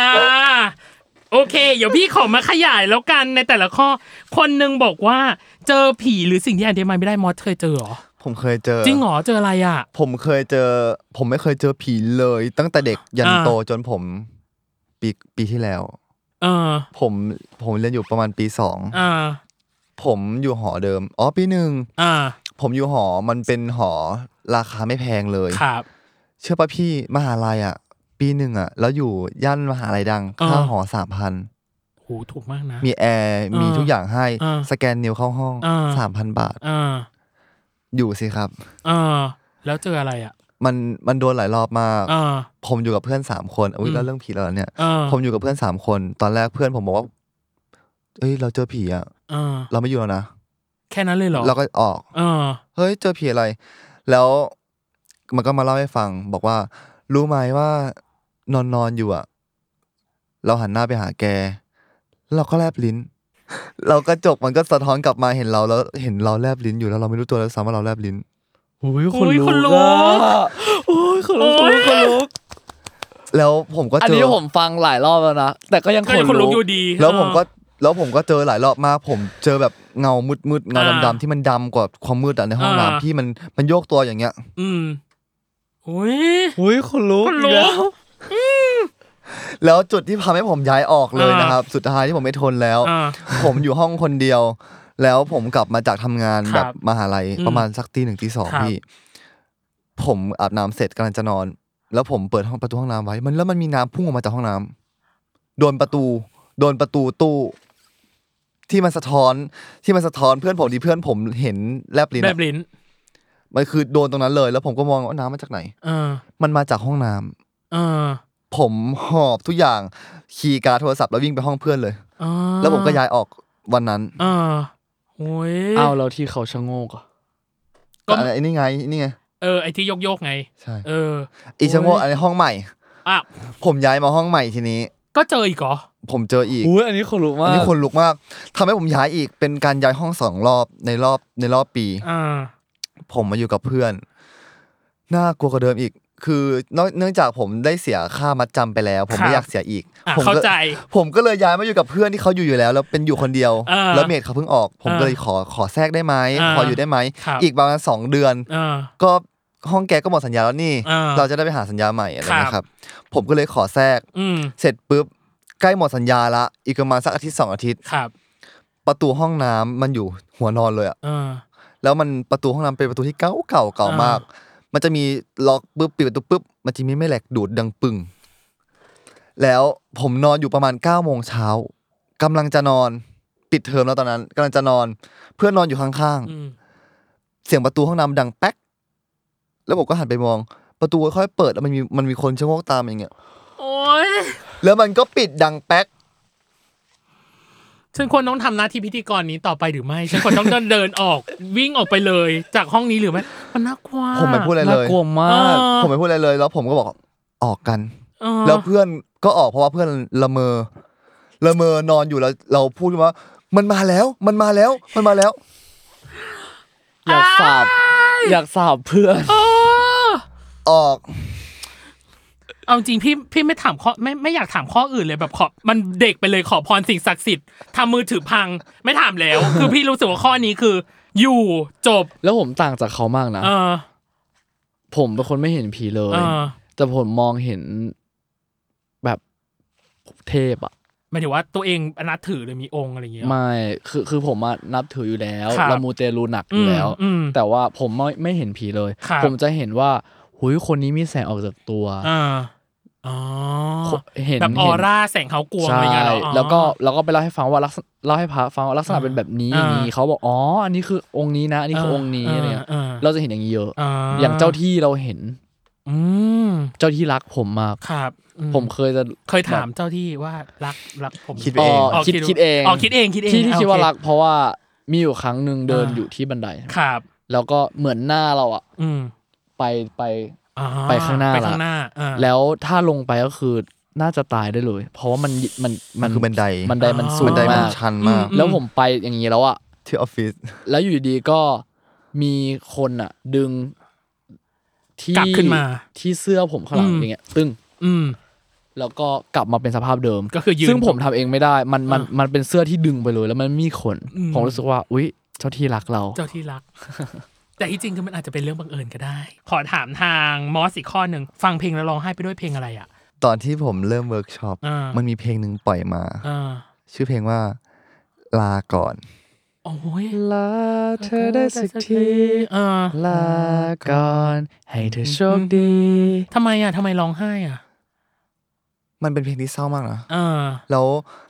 โอเค เดี๋ยวพี่ขอมาขยายแล้วกันในแต่ละข้อ คนหนึ่งบอกว่าเจอผีหรือสิ่งที่อ่านได้มาไม่ได้มอสเคยเจอเหรอ ผมเคยเจอ จริงเหรอเจออะไรอ่ะ ผมเคยเจอ ผมไม่เคยเจอผีเลย ตั้งแต่เด็กยัน อ่า โตจนผม ปีปีที่แล้ว เออ ผมผมเรียนอยู่ประมาณปีสอง อ่า ผมอยู่หอเดิมอ๋อปีหนึ่ง อ่า ผมอยู่หอมันเป็นหอราคาไม่แพงเลย ครับ เชื่อป่ะพี่มหาลัยอ่ะ ปีหนึ่งอ่ะ แล้วอยู่ย่านมหาลัยดังค่า อ่า หอสามพัน โหถูกมากนะ มีแอร์มีทุกอย่างให้ อ่า สแกนนิ้วเข้าห้อง อ่า สามพันบาท อ่า อยู่สิครับ อ่าแล้วเจออะไรอ่ะ มันมันโดนหลายรอบมาก อ่า ผมอยู่กับเพื่อนสามคนอุ้ อื ย ม แล้วเรื่องผีแล้วเหรอเนี่ย อ่า ผมอยู่กับเพื่อนสามคน ตอนแรกเพื่อนผมบอกว่าเอ้ยเราเจอผีอ่ะ อ่า เราไม่อยู่แล้วนะ แค่นั้นเลยเหรอ เราก็ออก อ่า เฮ้ยเจอผีอะไร แล้วมันก็มาเล่าให้ฟัง บอกว่า รู้ไหมว่านอนนอนๆอยู่อะเราหันหน้าไปหาแกแล้วเราก็แลบลิ้น เรากระจกมันก็สะท้อนกลับมาเห็นเราแล้ว เห็นเราแลบลิ้นอยู่แล้วเราไม่รู้ตัวแล้วซ้ำว่าเราแลบลิ้น โอ้ยค โอ้ยคน น ลุ ลุก ก อะโอ้ยคนลุก โอ้ คน ย ลุกคนลุก แล้วผมก็ อัน เจ นี้ อ ผมฟังหลายรอบแล้วนะ แต่ก็ยัง ก็ยัง ค คน นลุลุก กอยู่ดี แล้วผมก็ เอ แล้วผมก็เจอหลายรอบมาก ผมเจอแบบเงามืดๆเงา อ่า ดำๆที่มันดำกว่าความมืดอะในห้อง อ่า น้ำพี่มันมันโยกตัวอย่างเงี้ย ออืมโอ้ย โอ้ยคนลุก คนลุก อีแล้ว แล้วจุดที่ทำให้ผมย้ายออกเลยนะครับ สุดท้ายที่ผมไม่ทนแล้ว อ่า ผมอยู่ห้องคนเดียว แล้วผมกลับมาจากทำงาน ค แบ รับบ มหาลัย อืม ประมาณสักตีหนึ่งตีสอง ครับ พี่ ผมอาบน้ำเสร็จกำลังจะนอน แล้วผมเปิดห้องประตูห้องน้ำไว้ มันแล้วมันมีน้ำพุ่งออกมาจากห้องน้ำโดนประตู โดนประตูตู้ ที่มันสะท้อนที่มันสะท้อนเพื่อนผมที่เพื่อนผมเห็นแลบลิ้น แบ อะ บลิ้น มันคือโดนตรงนั้นเลย แล้วผมก็มองว่าน้ำมาจากไหน อ่า มันมาจากห้องน้ำ อ่า ผมหอบทุกอย่างขี่การดโทรศัพท์แล้ววิ่งไปห้องเพื่อนเลย อ่า แล้วผมก็ย้ายออกวันนั้น อ่าโอ้ย เอาแล้วที่เขาชะโงกอะ ก็ แต่อันนี้ไงนี่ไง เออไอที่โยกๆไง ใช่ เออ อีชะโงกอันนี้ห้องใหม่ อ่ะ ผมย้ายมาห้องใหม่ทีนี้ ก็เจออีกเหรอ ผมเจออีก อุ้ยอันนี้คนลุก อั มาน ก นี้คนลุกมากทำให้ผมย้ายอีกเป็นการย้ายห้องสองรอบในรอบในรอบปี อ่า ผมมาอยู่กับเพื่อนน่ากลัวกว่าเดิมอีก คือนอกเนื่องจากผมได้เสียค่ามัดจำไปแล้ว ผม ครั ไม่ บ อยากเสียอีก อ่ะ ผม เข้า ก็ ใจ ผมก็เลยย้ายมาอยู่กับเพื่อนที่เขาอยู่อยู่แล้ว แล้วเป็นอยู่คนเดียว อ่า แล้วเมดเขาเพิ่งออก ผม อ่า ก็เลยขอขอแทรกได้ไหม อ่า ขออยู่ได้ไหม ครับ อีกประมาณสองเดือน อ่า ก็ห้องแกก็หมดสัญญาแล้วนี่ อ่า เราจะได้ไปหาสัญญาใหม่อะไร ครับ นะครับ ผมก็เลยขอแทรก อืม เสร็จปุ๊บใกล้หมดสัญญาละอีกประมาณสักอาทิตย์สองอาทิตย์ ครับ ประตูห้องน้ำมันอยู่หัวนอนเลยอะ อ่า แล้วมันประตูห้องน้ำเป็นประตูที่เก่าเก่าเก่า อ่าม มาก มันจะมีล็อกปุ๊บปิดประตูปุ๊บมันจะมีแม่เหล็กดูดดังปึ้งแล้วผมนอนอยู่ประมาณ9ก้าโมงเช้ากำลังจะนอนปิดเทอมแล้วตอนนั้นกำลังจะนอน เพื่อนนอนอยู่ข้าง อืม ๆเสียงประตูห้องน้ำดังแป๊ก แล้วผมก็หันไปมอง ประตูค่อยๆเปิดแล้วมันมีมันมีคนชะโงกตามอย่างเงี้ย โอ้ย แล้วมันก็ปิดดังแป๊ก ฉันควรต้องทำหน้าที่พิธีกรนี้ต่อไปหรือไม่ ฉันควรต้องเดินเดินออก วิ่งออกไปเลย จากห้องนี้หรือไม่มันน่ากลัว ผมไม่พูดอะไร น่า เลย กลัวมาก ผมไม่พูดอะไรเลยแล้วผมก็บอกออกกัน เออ แล้วเพื่อนก็ออกเพราะว่าเพื่อนละเมอละเมอนอนอยู่แล้ว เราพูดว่า มันมาแล้ว มันมาแล้ว มันมาแล้ว อยากสาบอยากสาบเพื่อน เออ ออก เอาจริงพี่พี่ไม่ถามข้อไม่ไม่อยากถามข้ออื่นเลยแบบขอมันเด็กไปเลยขอพรสิ่งศักดิ์สิทธิ์ทำมือถือพังไม่ถามแล้ว คือพี่รู้สึกว่าข้อนี้คือ อยู่จบ แล้วผมต่างจากเขามากนะ เออ ผมเป็นคนไม่เห็นผีเลย เออ แต่ผมมองเห็นแบบเทพอะ หมายถึงว่าตัวเองนับถือหรือมีองค์อะไรอย่างเงี้ย ไม่คือคือผมอะนับถืออยู่แล้ว ครับ เรามูเตลูหนักอยู่แล้ว อืม แต่ว่าผมไม่ไม่เห็นผีเลย ครับ ผมจะเห็นว่าหุยคนนี้มีแสงออกจากตัว อ่าอ๋อ เห็น แบบออ เห็น ร่าแสงเขากวงอะ ใช่ ไรเงี้ยเหรออ๋อ แล้วก็แล้วก็ไปเล่าให้ฟังว่าลักษณะเล่าให้พระฟังว่าลักษณะ อ่า เป็นแบบนี้ อ่า อย่างนี้เขาบอกอ๋ออันนี้คือองค์นี้นะอันนี้คือองค์นี้อะไรเงี้ย อ่า เราจะเห็นอย่างนี้เยอะ อ่ อย่างเจ้าที่เราเห็น อืม เจ้าที่รักผมมาก ครับอื ผมเคยจะ เคยถามเจ้าที่ว่ารักรักผม คิดไปเอง อ๋อคิดคิดเอง อ๋อคิดเองคิดเอง ที่ที่ อ่ะ คิดว่า โอเ รักเพราะว่ามีอยู่ครั้งหนึ่งเดิน อ่า อยู่ที่บันได ครับ แล้วก็เหมือนหน้าเราอะ อืม ไปไป อ่า ไปข้างหน้า ไป ละ ข้างหน้าอ่า แล้วถ้าลงไปก็คือน่าจะตายได้เลย เพราะว่ามันมัน มันคือบันได บันไดมันสู บั ง นไดมัน มาก ชันมาก อื แล้วผมไปอย่างนี้แล้วอะ ที่ออฟฟิศ แล้วอยู่ดีๆก็มีคนอะดึงที่ กลับขึ้นมา ที่เสื้อผมข้างหลัง อืม อย่างเงี้ยตึ้ง อืม แล้วก็กลับมาเป็นสภาพเดิม ก็คือยืน ซึ่งผมทำเองไม่ได้ มันมัน อ่ามั มันเป็นเสื้อที่ดึงไปเลย แล้วมันมีขน อืม ผมรู้สึกว่า อุ๊ยเจ้าที่รักเรา เจ้าที่ รัก แต่ที่จริงคือมันอาจจะเป็นเรื่องบังเอิญก็ได้ ขอถามทางมอสอีกข้อหนึ่งฟังเพลงแล้วร้องไห้ไปด้วยเพลงอะไรอ่ะ ตอนที่ผมเริ่มเวิร์กช็อป อ่ามั มันมีเพลงหนึ่งปล่อยมา อ่า ชื่อเพลงว่า ลาก่อน โอ้ย ลาเธอได้สักที เออ ลาก่อนให้เธอโชคดี ทำไมอ่ะทำไมร้องไห้อ่ะ มันเป็นเพลงที่เศร้ามากนะ เออ แล้ว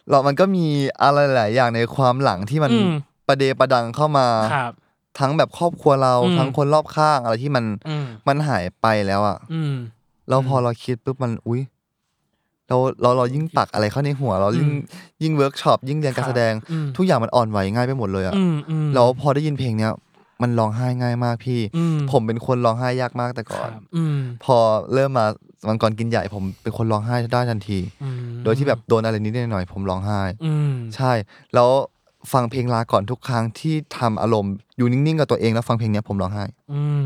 เรามันก็มีอะไรหลายอย่างในความหลังที่มัน อืม ประเดประดังเข้ามา ครับ ทั้งแบบครอบครัวเรา อืม ทั้งคนรอบข้างอะไรที่มัน อืม มันหายไปแล้วอ่ะ อืม แล้วพอเราคิดปุ๊บมันอุ้ยเราเราเรายิ่งปักอะไรเข้าในหัว เรายิ่ง อืม ยิ่งเวิร์กช็อปยิ่งเรียนการแสดง อืม ทุกอย่างมันอ่อนไหวง่ายไปหมดเลยอ่ะ อืมอืม แล้วพอได้ยินเพลงเนี้ยมันร้องไห้ง่ายมากพี่ อืม ผมเป็นคนร้องไห้ยากมากแต่ก่อน ครับอืม พอเริ่มมามังกรกินใหญ่ผมเป็นคนร้องไห้ได้ทันที อืม โดยที่แบบโดนอะไรนิดๆหน่อยๆผมร้องไห้ อืม ใช่ แล้วฟังเพลงลาก่อนทุกครั้งที่ทำอารมณ์อยู่นิ่งๆกับตัวเองแล้วฟังเพลงเนี้ยผมร้องไห้ อืม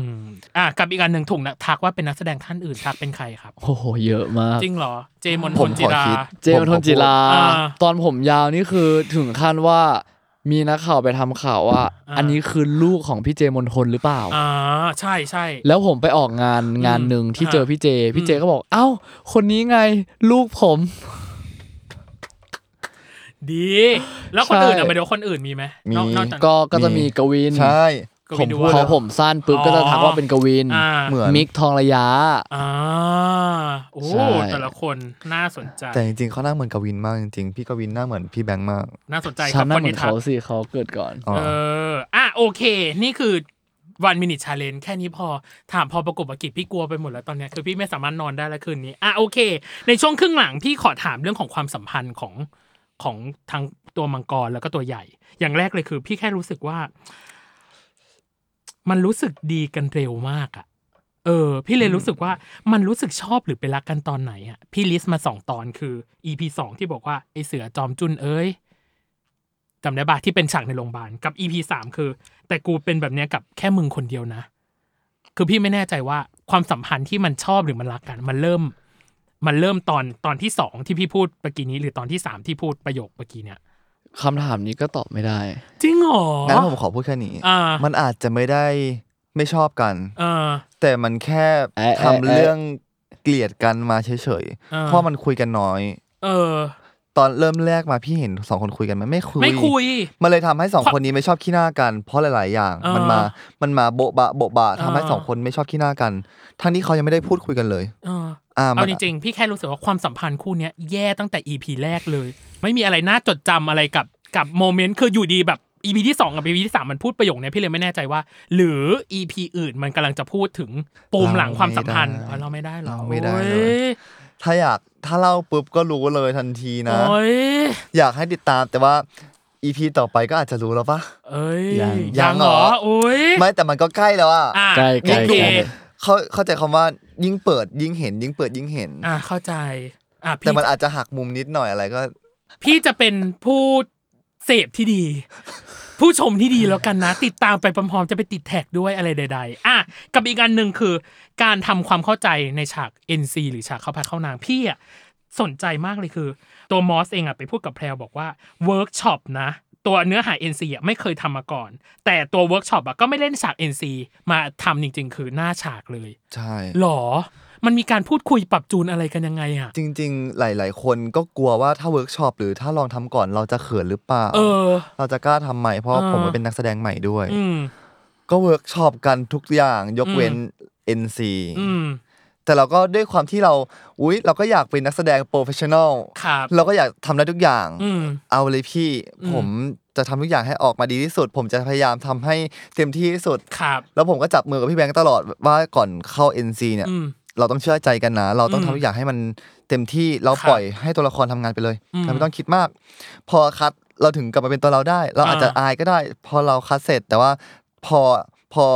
อ่ะกับอีกอันหนึ่งถูกนะทักว่าเป็นนักแสดงท่านอื่นทักเป็นใครครับ โอ้โห เยอะมาก จริงเหรอ เจมอน ผ พ ม ล ข จิ อ รา คิด เจมส์ธนจิรา อ่า ตอนผมยาวนี่คือถึงขั้นว่ามีนักข่าวไปทำข่าวว่า อ่า อันนี้คือลูกของพี่เจมนทนหรือเปล่า อ่าใช่ใช่ แล้วผมไปออกงานงานหนึ่งที่เจอพี่เจ พี่เจก็บอก เอ้า คนนี้ไงลูกผม ดี แล้วคนอื่น ใช่ อ่ะไปดูคนอื่นมีไหม มี นอกนอกจาก ก็ก็จะมีกวิน ใช่ กวิ ผม นดูว่า พอผมสั้นปุ๊บ อ๋อ ก็จะทักว่าเป็นกวิน อ่า เหมือน มิกทองระยะ อ่าโอ้ ใช่ แต่ละคนน่าสนใจ แต่จริงๆเขาหน้าเหมือนกวินมากจริงๆ พี่กวินหน้าเหมือนพี่แบงค์มาก น่าสนใจค ฉั รั น บ น่า คน เหมือ นี้ น ทั เขา ก สิเขาเกิดก่อน อ๋อ เอออ่ะโอเค นี่คือวันมินิชาเลนแค่นี้พอถามพอประกบอากิจพี่กลัวไปหมดแล้วตอนเนี้ยคือพี่ไม่สามารถนอนได้แล้วคืนนี้อ่ะโอเค ในช่วงครึ่งหลังพี่ขอถามเรื่องของความสัมพันธ์ของของทั้งตัวมังกรแล้วก็ตัวใหญ่ อย่างแรกเลยคือ พี่แค่รู้สึกว่า มันรู้สึกดีกันเร็วมากอะเออ พี่เลยรู้สึกว่ามันรู้สึกชอบหรือไปรักกันตอนไหนอะพี่ลิสต์มาสองตอนคือ EP สองที่บอกว่าไอเสือจอมจุนเอ้ยจำได้ปะที่เป็นฉากในโรงพยาบาลกับ EP สามคือ แต่กูเป็นแบบเนี้ยกับแค่มึงคนเดียวนะ คือพี่ไม่แน่ใจว่าความสัมพันธ์ที่มันชอบหรือมันรักกัน มันเริ่ม มันเริ่มตอนตอนที่สองที่พี่พูดเมื่อกี้นี้ หรือตอนที่สามที่พูดประโยคเมื่อกี้เนี่ย คำถามนี้ก็ตอบไม่ได้ จริงเหรอ งั้นผมขอพูดแค่นี้ อ่ามั มันอาจจะไม่ได้ไม่ชอบกัน เออ แต่มันแค่ เอ๊ะ ทำ เอ๊ะเอ๊ะ เรื่องเกลียดกันมาเฉย อ่า ๆ เพราะมันคุยกันน้อย เออ ตอนเริ่มแรกมาพี่เห็นสองคนคุยกันไหมไม่คุย ไม่คุย มันเลยทำให้สอง ความ คนนี้ไม่ชอบขี้หน้ากัน เพราะหลาย ๆ อย่าง อ่ามั มันมา มันมาโบะบะโบะบะทำให้ อ่า สองคนไม่ชอบขี้หน้ากัน ทั้งที่เขายังไม่ได้พูดคุยกันเลย เออ อ่ามั เอา น จริงๆ พี่แค่รู้สึกว่าความสัมพันธ์คู่เนี้ยแย่ตั้งแต่ EP แรกเลย ไม่มีอะไรน่าจดจำอะไรกับกับโมเมนต์คืออยู่ดีแบบ EP ที่ 2 กับ EP ที่ 3 มันพูดประโยคเนี้ยพี่เลยไม่แน่ใจว่า หรือ EP อื่นมันกำลังจะพูดถึงปูมหลังความสัมพันธ์อ๋อเราไม่ได้หรอ เราไม่ได้เล โอ้ ย ถ้าอยากถ้าเล่าปุ๊บก็รู้เลยทันทีนะ โอ้ย อยากให้ติดตามแต่ว่าอีพีต่อไปก็อาจจะรู้แล้วปะ เอ้ย ยัง ยั ยัง ง เห เห ร ร อ อ โอ้ย ไม่แต่มันก็ใกล้แล้วอะ อ่ะ ใกล้ โอเค ใกล้ เขาเข้าใจคำว่ายิ่งเปิดยิ่งเห็น ยิ่งเปิดยิ่งเห็น อ่ะเข้าใจอ่ะ แต่ พี่ มันอาจจะหักมุมนิดหน่อยอะไรก็ พี่จะเป็นผู้เสพที่ดี ผู้ชมที่ดีแล้วกันนะ ติดตามไปพร้อมๆจะไปติดแท็กด้วยอะไรใด ๆ อ่ะกับอีกอันหนึ่งคือ การทำความเข้าใจในฉาก NC หรือฉากเข้าพักเข้านางพี่อ่ะสนใจมากเลยคือ ตัวมอสเองอ่ะไปพูดกับแพรวบอกว่าเวิร์กช็อปนะ ตัวเนื้อหา NC อ่ะไม่เคยทำมาก่อน แต่ตัวเวิร์กช็อปอ่ะก็ไม่เล่นฉาก NC มาทำจริง ๆ คือหน้าฉากเลย ใช่ หรอ มันมีการพูดคุยปรับจูนอะไรกันยังไงอ่ะ จริง ๆ หลาย ๆ คนก็กลัวว่าถ้าเวิร์กช็อปหรือถ้าลองทำก่อนเราจะเขินหรือเปล่า เออ เราจะกล้าทำไหมเพราะ เออ ผมก็เป็นนักแสดงใหม่ด้วย อืม ก็เวิร์กช็อปกันทุกอย่างยกเว้น NC อืม แต่เราก็ด้วยความที่เราอุ๊ย เราก็อยากเป็นนักแสดงโปรเฟชชั่นอล ครับ เราก็อยากทำได้ทุกอย่าง อืม เอาเลยพี่ อืม ผมจะทำทุกอย่างให้ออกมาดีที่สุด ผมจะพยายามทำให้เต็มที่ที่สุด ครับ แล้วผมก็จับมือกับพี่แบงค์ตลอดว่าก่อนเข้า NC เนี่ย อืม เราต้องเชื่อใจกันนะ เราต้อง อืม ทำทุกอย่างให้มันเต็มที่เรา ครับ ปล่อยให้ตัวละครทำงานไปเลย อืม เราไม่ต้องคิดมาก พอคัดเราถึงกลับมาเป็นตัวเราได้ เราอาจจะ อ่า อายก็ได้ พอเราคัดเสร็จ แต่ว่าพอพอ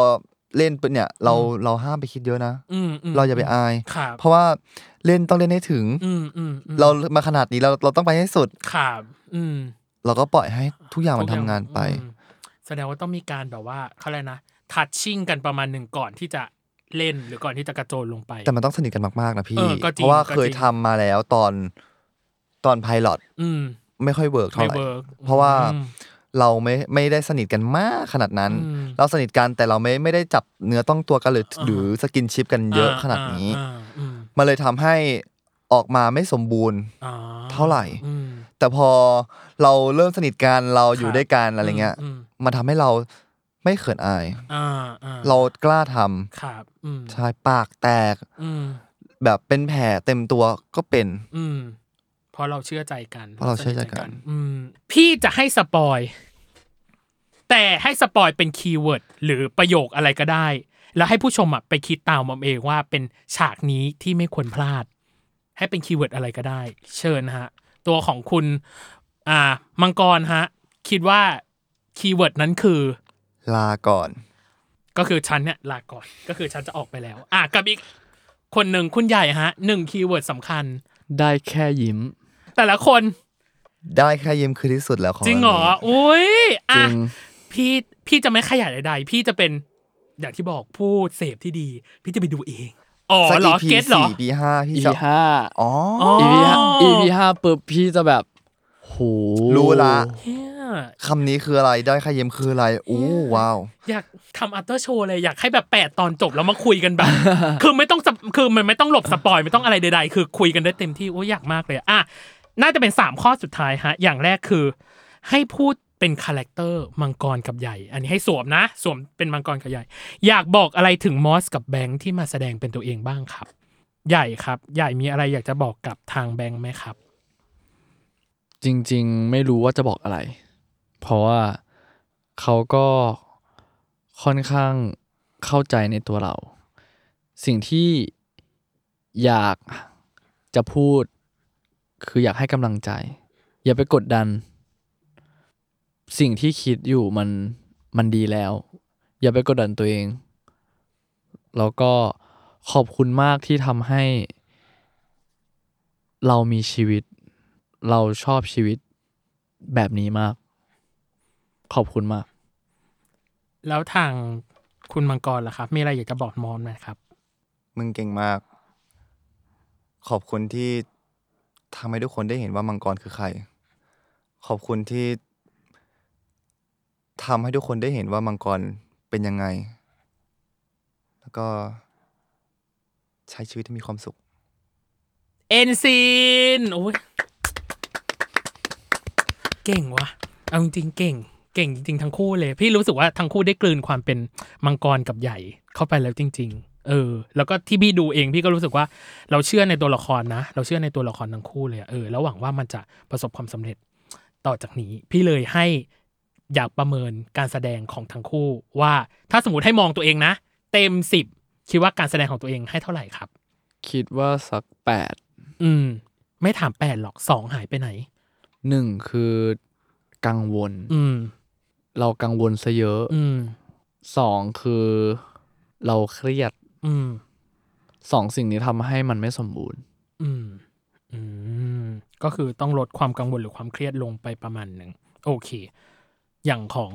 เล่นปุ๊บเนี่ย เราเราห้ามไปคิดเยอะนะ อืมอืม เราอย่าไปอาย ครับ เพราะว่าเล่นต้องเล่นให้ถึง อืมอืมอืม เรามาขนาดนี้เราเราต้องไปให้สุด ครับอืม เราก็ปล่อยให้ทุกอย่างมันทำงานไป อืมแสดงว่าต้องมีการแบบว่าเขาเรียกนะทัชชิ่งกันประมาณหนึ่งก่อนที่จะเล่นหรือก่อนที่จะกระโจนลงไป แต่มันต้องสนิทกันมากๆนะพี่ เออก็จริง เพราะว่าเคก็ยจริง ทำมาแล้วตอนตอนไพลอต อืม ไม่ค่อยเวิร์กเท่า ไม่ ไหร่ เวิร์ก เพราะว่า อืม เราไม่ไม่ได้สนิทกันมากขนาดนั้น อืม เราสนิทกันแต่เราไม่ไม่ได้จับเนื้อต้องตัวกันหรือหรือสกินชิปกันเยอะขนาดนี้ อ่าอ่าอืม มันเลยทำให้ออกมาไม่สมบูรณ์ อ่า เท่าไหร่ อืม แต่พอเราเริ่มสนิทกันเราอยู่ ครับ ด้วยกันอะไรเงี้ย อืม มันทำให้เราไม่เขินอาย อ่าอ่า เรากล้าทำ ครับอืม ใช่ปากแตก อืม แบบเป็นแผลเต็มตัวก็เป็น อืมเพราะเราเชื่อใจกัน เพราะเราเชื่อใจกัน อืมพี่จะให้สปอย แต่ให้สปอยเป็นคีย์เวิร์ดหรือประโยคอะไรก็ได้ แล้วให้ผู้ชมอะไปคิดตามมันเองว่าเป็นฉากนี้ที่ไม่ควรพลาด ให้เป็นคีย์เวิร์ดอะไรก็ได้ เชิญฮะ ตัวของคุณ อ่า มังกรฮะ คิดว่าคีย์เวิร์ดนั้นคือ ลาก่อน ก็คือฉันเนี่ยลาก่อน ก็คือฉันจะออกไปแล้ว อ่ะกับอีกคนหนึ่งคุณใหญ่ฮะหนึ่งคีย์เวิร์ดสำคัญ ได้แค่ยิ้ม แต่ละคน ได้แค่ยิ้มคือที่สุดแล้วของ จริงเหรออุ้ย จริ อ่ะ ง พี่พี่จะไม่ขยายใดๆ พี่จะเป็นอย่างที่บอกผู้เสพที่ดี พี่จะไปดูเอง อ๋อ สัก เหรอ EP เก็ตเหรอ สี่ EP ห้าพี่ EP จะ ห้า อ๋ออ อ EP ห้า EP ห้าปุ๊บพี่จะแบบโห รู้ละ เนี่ย คำนี้คืออะไรได้แค่ยิ้มคืออะไรอู้ว้าว อยากทำอั t เตอร์โชว์เลยอยากให้แบบแปดตอนจบแล้วมาคุยกันแบบ คือไม่ต้องสปคือมันไม่ต้องหลบสปอยไม่ต้องอะไรใดๆ คือคุยกันได้เต็มที่โอ้ยอยากมากเลยอะอ่ะน่าจะเป็นสามข้อสุดท้ายฮะ อย่างแรกคือ ให้พูดเป็นคาแรคเตอร์มังกรกับใหญ่ อันนี้ให้สวมนะ สวมเป็นมังกรกับใหญ่ อยากบอกอะไรถึงมอสกับแบงค์ที่มาแสดงเป็นตัวเองบ้างครับ ใหญ่ครับ ใหญ่มีอะไรอยากจะบอกกับทางแบงค์ไหมครับ จริง ๆ ไม่รู้ว่าจะบอกอะไร เพราะว่าเขาก็ค่อนข้างเข้าใจในตัวเรา สิ่งที่อยากจะพูด คืออยากให้กำลังใจ อย่าไปกดดัน สิ่งที่คิดอยู่มันมันดีแล้ว อย่าไปกดดันตัวเอง แล้วก็ขอบคุณมากที่ทำให้ เรามีชีวิต เราชอบชีวิตแบบนี้มาก ขอบคุณมาก แล้วทางคุณมังกรล่ะครับ มีอะไรอยากจะบอกมอสไหมครับ มึงเก่งมาก ขอบคุณที่ทำให้ทุกคนได้เห็นว่ามังกรคือใคร ขอบคุณที่ทำให้ทุกคนได้เห็นว่ามังกรเป็นยังไง แล้วก็ใช้ชีวิตที่มีความสุข เอ็นซีนโอ้ยเก่งวะเอาจริงๆเก่ง เก่งจริงๆทั้งคู่เลย พี่รู้สึกว่าทั้งคู่ได้กลืนความเป็นมังกรกับใหญ่เข้าไปแล้วจริง ๆ เออ แล้วก็ที่พี่ดูเองพี่ก็รู้สึกว่าเราเชื่อในตัวละครนะ เราเชื่อในตัวละครทั้งคู่เลยอะเออแล้วหวังว่ามันจะประสบความสำเร็จต่อจากนี้ พี่เลยให้อยากประเมินการแสดงของทั้งคู่ ว่าถ้าสมมติให้มองตัวเองนะ เต็มสิบคิดว่าการแสดงของตัวเองให้เท่าไหร่ครับ คิดว่าสักแปด อืม ไม่ถามแปดหรอกสองหายไปไหน หนึ่งคือกังวล อืม เรากังวลซะเยอะ อืม สองคือเราเครียด อืม สองสิ่งนี้ทำให้มันไม่สมบูรณ์ อืม อืม ก็คือต้องลดความกังวลหรือความเครียดลงไปประมาณหนึ่ง โอเค อย่างของ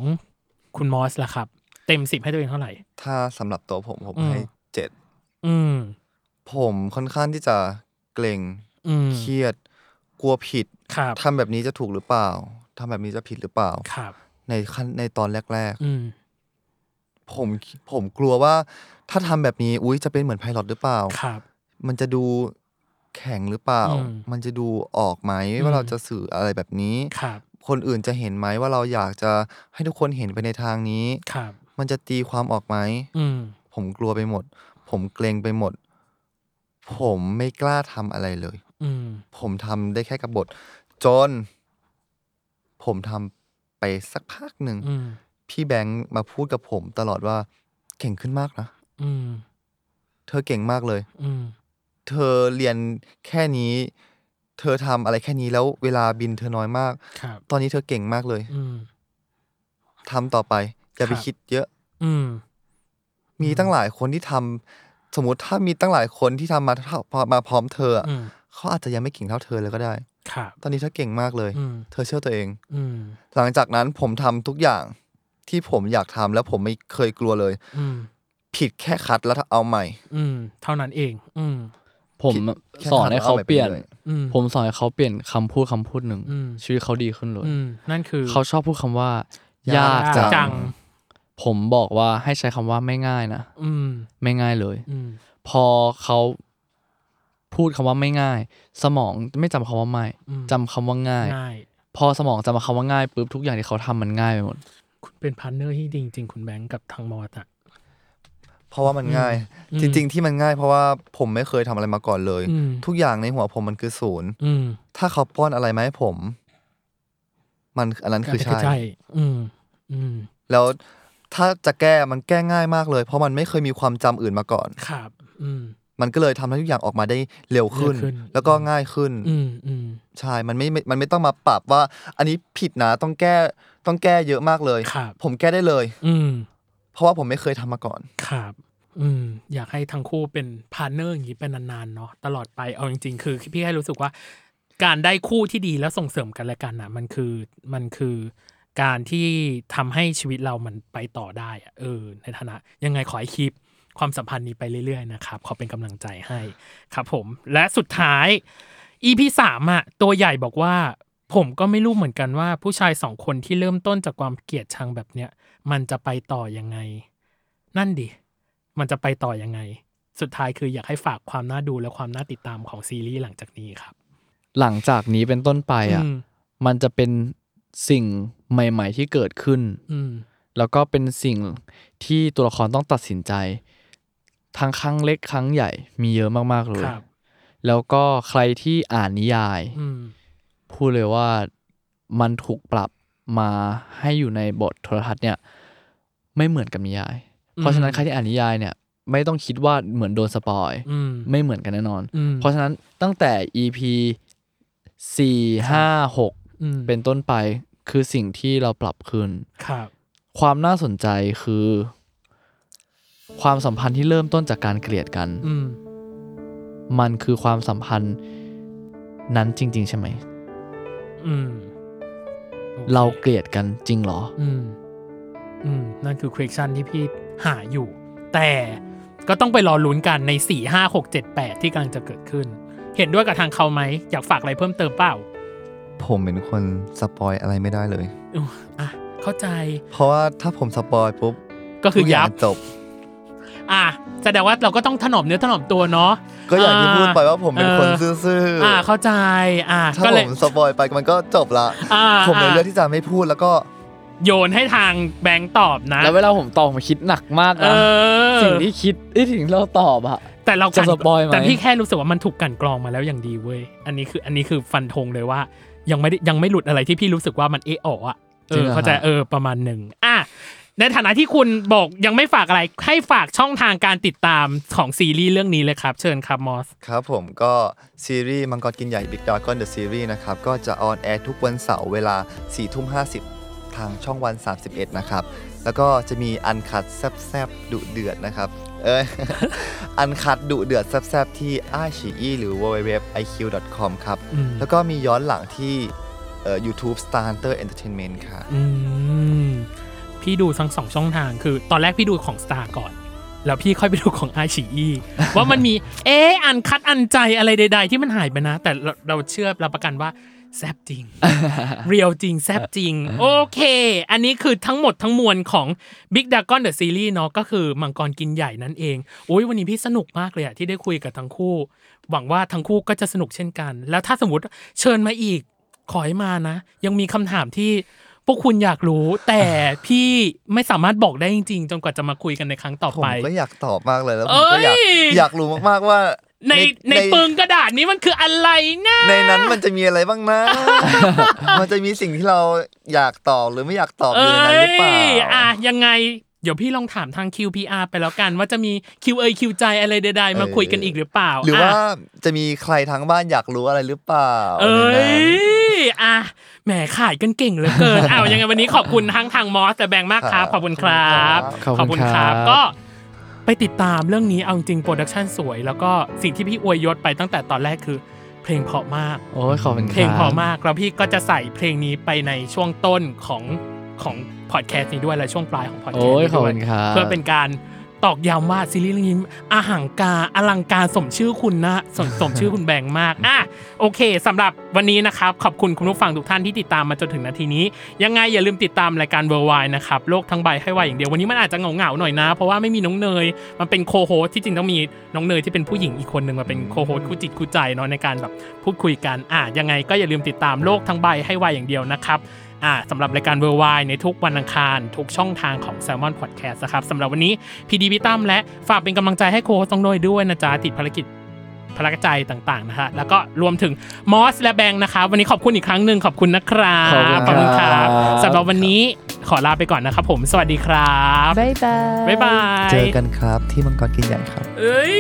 คุณมอสล่ะครับ เต็มสิบให้ตัวเองเท่าไหร่ ถ้าสำหรับตัวผมผม อืม ให้เจ็ด อืม ผมค่อนข้างที่จะเกรง อืม เครียด กลัวผิด ครับ ทำแบบนี้จะถูกหรือเปล่าทำแบบนี้จะผิดหรือเปล่า ครับ ในขั้นในตอนแรก ๆ อืม ผมผมกลัวว่าถ้าทำแบบนี้อุ้ยจะเป็นเหมือนไพลอตหรือเปล่า ครับ มันจะดูแข็งหรือเปล่า อืม มันจะดูออกไหม อืม ว่าเราจะสื่ออะไรแบบนี้ ครับ คนอื่นจะเห็นไหมว่าเราอยากจะให้ทุกคนเห็นไปในทางนี้ ครับ มันจะตีความออกไหม อืม ผมกลัวไปหมด ผมเกรงไปหมด ผมไม่กล้าทำอะไรเลย อืม ผมทำได้แค่กับบท จน ผมทำไปสักพักหนึ่ง อืม พี่แบงค์มาพูดกับผมตลอดว่าเก่งขึ้นมากนะ อืม เธอเก่งมากเลย อืม เธอเรียนแค่นี้ เธอทำอะไรแค่นี้แล้วเวลาบินเธอน้อยมาก ครับ ตอนนี้เธอเก่งมากเลย อืม ทำต่อไป อย่าไป ครับ คิดเยอะ อืม มีตั้งหลายคนที่ทำสมมติถ้ามีตั้งหลายคนที่ทำมาเท่ามาพร้อมเธออะ อืม เขาอาจจะยังไม่เก่งเท่าเธอเลยก็ได้ ครับ ตอนนี้เธอเก่งมากเลย อืม เธอเชื่อตัวเอง อืม หลังจากนั้นผมทำทุกอย่างที่ผมอยากทำแล้วผมไม่เคยกลัวเลย อืม ผิดแค่คัดแล้วเอาใหม่ อืม เท่านั้นเอง อืม ผม คิดแค่ สอนให้ ทำแล้วเอา เขา ไป เปลี่ยน เรื่อย อืม ผมสอนให้เขาเปลี่ยนคำพูดคำพูดหนึ่ง อืม ชีวิตเขาดีขึ้นเลย อืม นั่นคือ เขาชอบพูดคำว่า ยาย าก ก จั จั ง งผมบอกว่าให้ใช้คำว่าไม่ง่ายนะ อืม ไม่ง่ายเลย อืม พอเขา พูดคำว่าไม่ง่าย สมองไม่จำคำว่าไม่ อืม จำคำว่าง่าย ง่าย พอสมองจำคำว่าง่ายปุ๊บทุกอย่างที่เขาทำมันง่ายไปหมด คุณเป็นพาร์ทเนอร์ที่ดีจริงๆ คุณแบงค์กับทางมอสอะ เพราะว่ามันง่าย อืม จริง ๆ ที่มันง่ายเพราะว่าผมไม่เคยทำอะไรมาก่อนเลย อืม ทุกอย่างในหัวผมมันคือศูนย์ อืม ถ้าเขาป้อนอะไรมาให้ผม มันอันนั้นคือใช่ ใช่ อืม อืม แล้วถ้าจะแก้มันแก้ง่ายมากเลย เพราะมันไม่เคยมีความจำอื่นมาก่อน ครับ อืม มันก็เลยทำให้ทุกอย่างออกมาได้เร็วขึ้น เร็วขึ้น แล้วก็ง่ายขึ้น อืม อืม ใช่ มันไม่ไม่มันไม่ต้องมาปรับว่า อันนี้ผิดนะ ต้องแก้ ต้องแก้เยอะมากเลย ครับ ผมแก้ได้เลย อืม เพราะว่าผมไม่เคยทำมาก่อน ครับ อืม อยากให้ทั้งคู่เป็นพาร์ทเนอร์อย่างนี้เป็นนานๆ เนาะ ตลอดไป เอาจริง ๆ คือพี่ให้รู้สึกว่า การได้คู่ที่ดีแล้วส่งเสริมกันและกันนะมันคือ มันคือการที่ทำให้ชีวิตเรามันไปต่อได้อะเออ ในฐานะ ยังไงขอให้คีปความสัมพันธ์นี้ไปเรื่อยๆ นะครับ ขอเป็นกำลังใจให้ ครับผม และสุดท้าย EP สามอะตัวใหญ่บอกว่า ผมก็ไม่รู้เหมือนกันว่า ผู้ชายสองคนที่เริ่มต้นจากความเกลียดชังแบบเนี้ย มันจะไปต่อยังไง นั่นดิ มันจะไปต่อยังไง สุดท้ายคืออยากให้ฝากความน่าดูและความน่าติดตามของซีรีส์หลังจากนี้ครับ หลังจากนี้เป็นต้นไปอ่ะ ม มันจะเป็นสิ่งใหม่ ๆ ที่เกิดขึ้น อืม แล้วก็เป็นสิ่งที่ตัวละครต้องตัดสินใจ ทั้งครั้งเล็กครั้งใหญ่มีเยอะมากๆเล ค ย รับ แล้วก็ใครที่อ่านนิยาย อืม พูดเลยว่ามันถูกปรับมาให้อยู่ในบทโทรทัศน์เนี่ยไม่เหมือนกับนิยาย อืม เพราะฉะนั้นใครที่อ่านนิยายเนี่ยไม่ต้องคิดว่าเหมือนโดนสปอย อืม ไม่เหมือนกันแน่นอน อืม เพราะฉะนั้นตั้งแต่ EP 4 5 อืม 6 เป็นต้นไปคือสิ่งที่เราปรับขึ้น ครับ ความน่าสนใจคือ ความสัมพันธ์ที่เริ่มต้นจากการเกลียดกัน อืม มันคือความสัมพันธ์นั้นจริง ๆ ใช่ไหม อืมโอค เราเกลียดกันจริงเหรอ อืม อืม นั่นคือค u e s t i o n ที่พี่หาอยู่ แต่ก็ต้องไปรอลุ้นกันใน 4 5 6 7 8 ที่กำลังจะเกิดขึ้น เห็นด้วยกับทางเขาไหม อยากฝากอะไรเพิ่มเติมเปล่า ผมเป็นคนสปอยอะไรไม่ได้เลย อืมอ่ะ เข้าใจ เพราะว่าถ้าผมสปอยปุ๊บ ก็คือยับ ทุกางจบ อ่ะ แสดงว่าเราก็ต้องถนอมเนื้อถนอมตัวเนาะ ก็อย่างที่พูดไปว่าผมเป็นคน เออ ซื่อ อ่า เข้าใจ อ่า ๆถ้า ก็เล ผ ย มสปอยไปมันก็จบละ อ่า ผมเลย อ่า เลือกที่จะไม่พูดแล้วก็ โยนให้ทางแบงค์ตอบนะ แล้วเวลาผมตอบผมคิดหนักมาก เอ นะ อ สิ่งที่คิดไอ้ยสิ่งที่เราตอบอะ แต่เรา จะสปอยไหม แต่พี่แค่รู้สึกว่ามันถูกกลันกรองมาแล้วอย่างดีเว้ย อันนี้คือ อันนี้คือฟันธงเลยว่า ยังไม่ได้ยังไม่หลุดอะไรที่พี่รู้สึกว่ามันเอะอ๋ออะเอ จริง อ หร เข้าใจ ฮะ เออประมาณหนึ่งอ่ะในฐานะที่คุณบอกยังไม่ฝากอะไรให้ฝากช่องทางการติดตามของซีรีส์เรื่องนี้เลยครับ เชิญครับมอส ครับผมก็ซีรีส์มังกรกินใหญ่ Big Dragon The Series นะครับ ก็จะออนแอร์ทุกวันเสาร์เวลา4ทุ่ม50 ทางช่องวัน 31 นะครับ แล้วก็จะมีอันคัดแซบๆดุเดือดนะครับ เอ้ย อันคัดดุเดือดแซบๆที่ i อ i หรือ www.iq.com ครับ อืม แล้วก็มีย้อนหลังที่เอ่อ YouTube Star Hunter Entertainment ค่ะ อืม พี่ดูทั้งสองช่องทางคือ ตอนแรกพี่ดูของ Star ก่อน แล้วพี่ค่อยไปดูของ i อชีอีว่ามันมี เอ๊ะอันคัดอันใจอะไรใด ๆ ที่มันหายไปนะ แต่เราเราเชื่อรับประกันว่า แซบจริง เรียวจริง แซบจริง โอเค อันนี้คือทั้งหมดทั้งมวลของ Big d r a g o n The Series เนาะก็คือมังกรกินใหญ่นั่นเองโอ้ยวันนี้พี่สนุกมากเลยอะที่ได้คุยกับทั้งคู่ หวังว่าทั้งคู่ก็จะสนุกเช่นกัน แล้วถ้าสมมติเชิญมาอีก ขอให้มานะ ยังมีคำถามที่พวกคุณอยากรู้ แต่พี่ไม่สามารถบอกได้จริง ๆ จนกว่าจะมาคุยกันในครั้งต่อ ผม ไป ก็อยากตอบมากเลยแล้วผมก็อยาก เอ้ย อยากรู้มากๆว่า ในใน ใน ปึงกระดาษนี้มันคืออะไรนะ ในนั้นมันจะมีอะไรบ้าง นะ มันจะมีสิ่งที่เราอยากตอบหรือไม่อยากตอบอยู่ในนั้นหรือเปล่า ยอ่ะยังไง เดี๋ยวพี่ลองถามทาง QPR ไปแล้วกัน ว่าจะมี Q เอย Q ใจอะไรใดๆ มาคุยกันอีกหรือเปล่า หรือว่า ะ จะมีใครทางบ้านอยากรู้อะไรหรือเปล่า เอ้ ในนั้น ยอ่ะแหมขายกันเก่งเหลือเกิน อ้าวยังไงวันนี้ขอบคุณทั้งทางมอสแต่แบงค์มากครับ ขอบคุณครับ ขอบคุณครับ ก็ไปติดตามเรื่องนี้เอาจริงโปรดักชันสวย แล้วก็สิ่งที่พี่อวยยศไปตั้งแต่ตอนแรกคือเพลงเพราะมาก โอ้ยขอบคุณครับ เพลงเพอมากแล้วพี่ก็จะใส่เพลงนี้ไปในช่วงต้นของของพอดแคสต์นี้ด้วยและช่วงปลายของพอดแคส โอ้ ต์ ย นี้ ขอบ ด้วย คุณครับ เพื่อเป็นการ ตอกย้ำว่าซีรีส์เรื่องนี้อาหังการอลังการสมชื่อคุณนะส มสมชื่อคุณแบงค์มากอ่ะโอเคสำหรับวันนี้นะครับ ขอบคุณคุณผู้ฟังทุกท่านที่ติดตามมาจนถึงนาทีนี้ ยังไงอย่าลืมติดตามรายการเวอร์ไวนะครับโลกทั้งใบให้วายอย่างเดียววันนี้มันอาจจะเหงาๆหน่อยนะ เพราะว่าไม่มีน้องเนย มันเป็นโคโฮสที่จริงต้องมีน้องเนยที่เป็นผู้หญิงอีกคนหนึ่งมาเป็นโคโฮสคู่จิตคู่ใจเนาะในการแบบพูดคุยกันอ่ะยังไงก็อย่าลืมติดตามโลกทั้งใบให้วายอย่างเดียวนะครับ อ่าสำหรับรายการเวอร์ไวในทุกวันอังคาร ทุกช่องทางของ s ซ l m o n Podcast นะครับสำหรับวันนี้พีดีพิตั้มและฝากเป็นกำลังใจให้โค้ชต้องโดยด้วยนะจ๊ะ ติดภารกิจพลักใจต่างๆนะฮะแล้วก็รวมถึงมอสและแบงค์นะครับวันนี้ขอบคุณอีกครั้งหนึ่งขอบคุณนะครับ ขอบคุณครับ ครับสำหรับวันนี้ขอลาไปก่อนนะครับผมสวัสดีครับ บ๊ายบาย บ๊ายบาย เจอกันครับที่มังกรกินใหญ่ครับ เอ้ย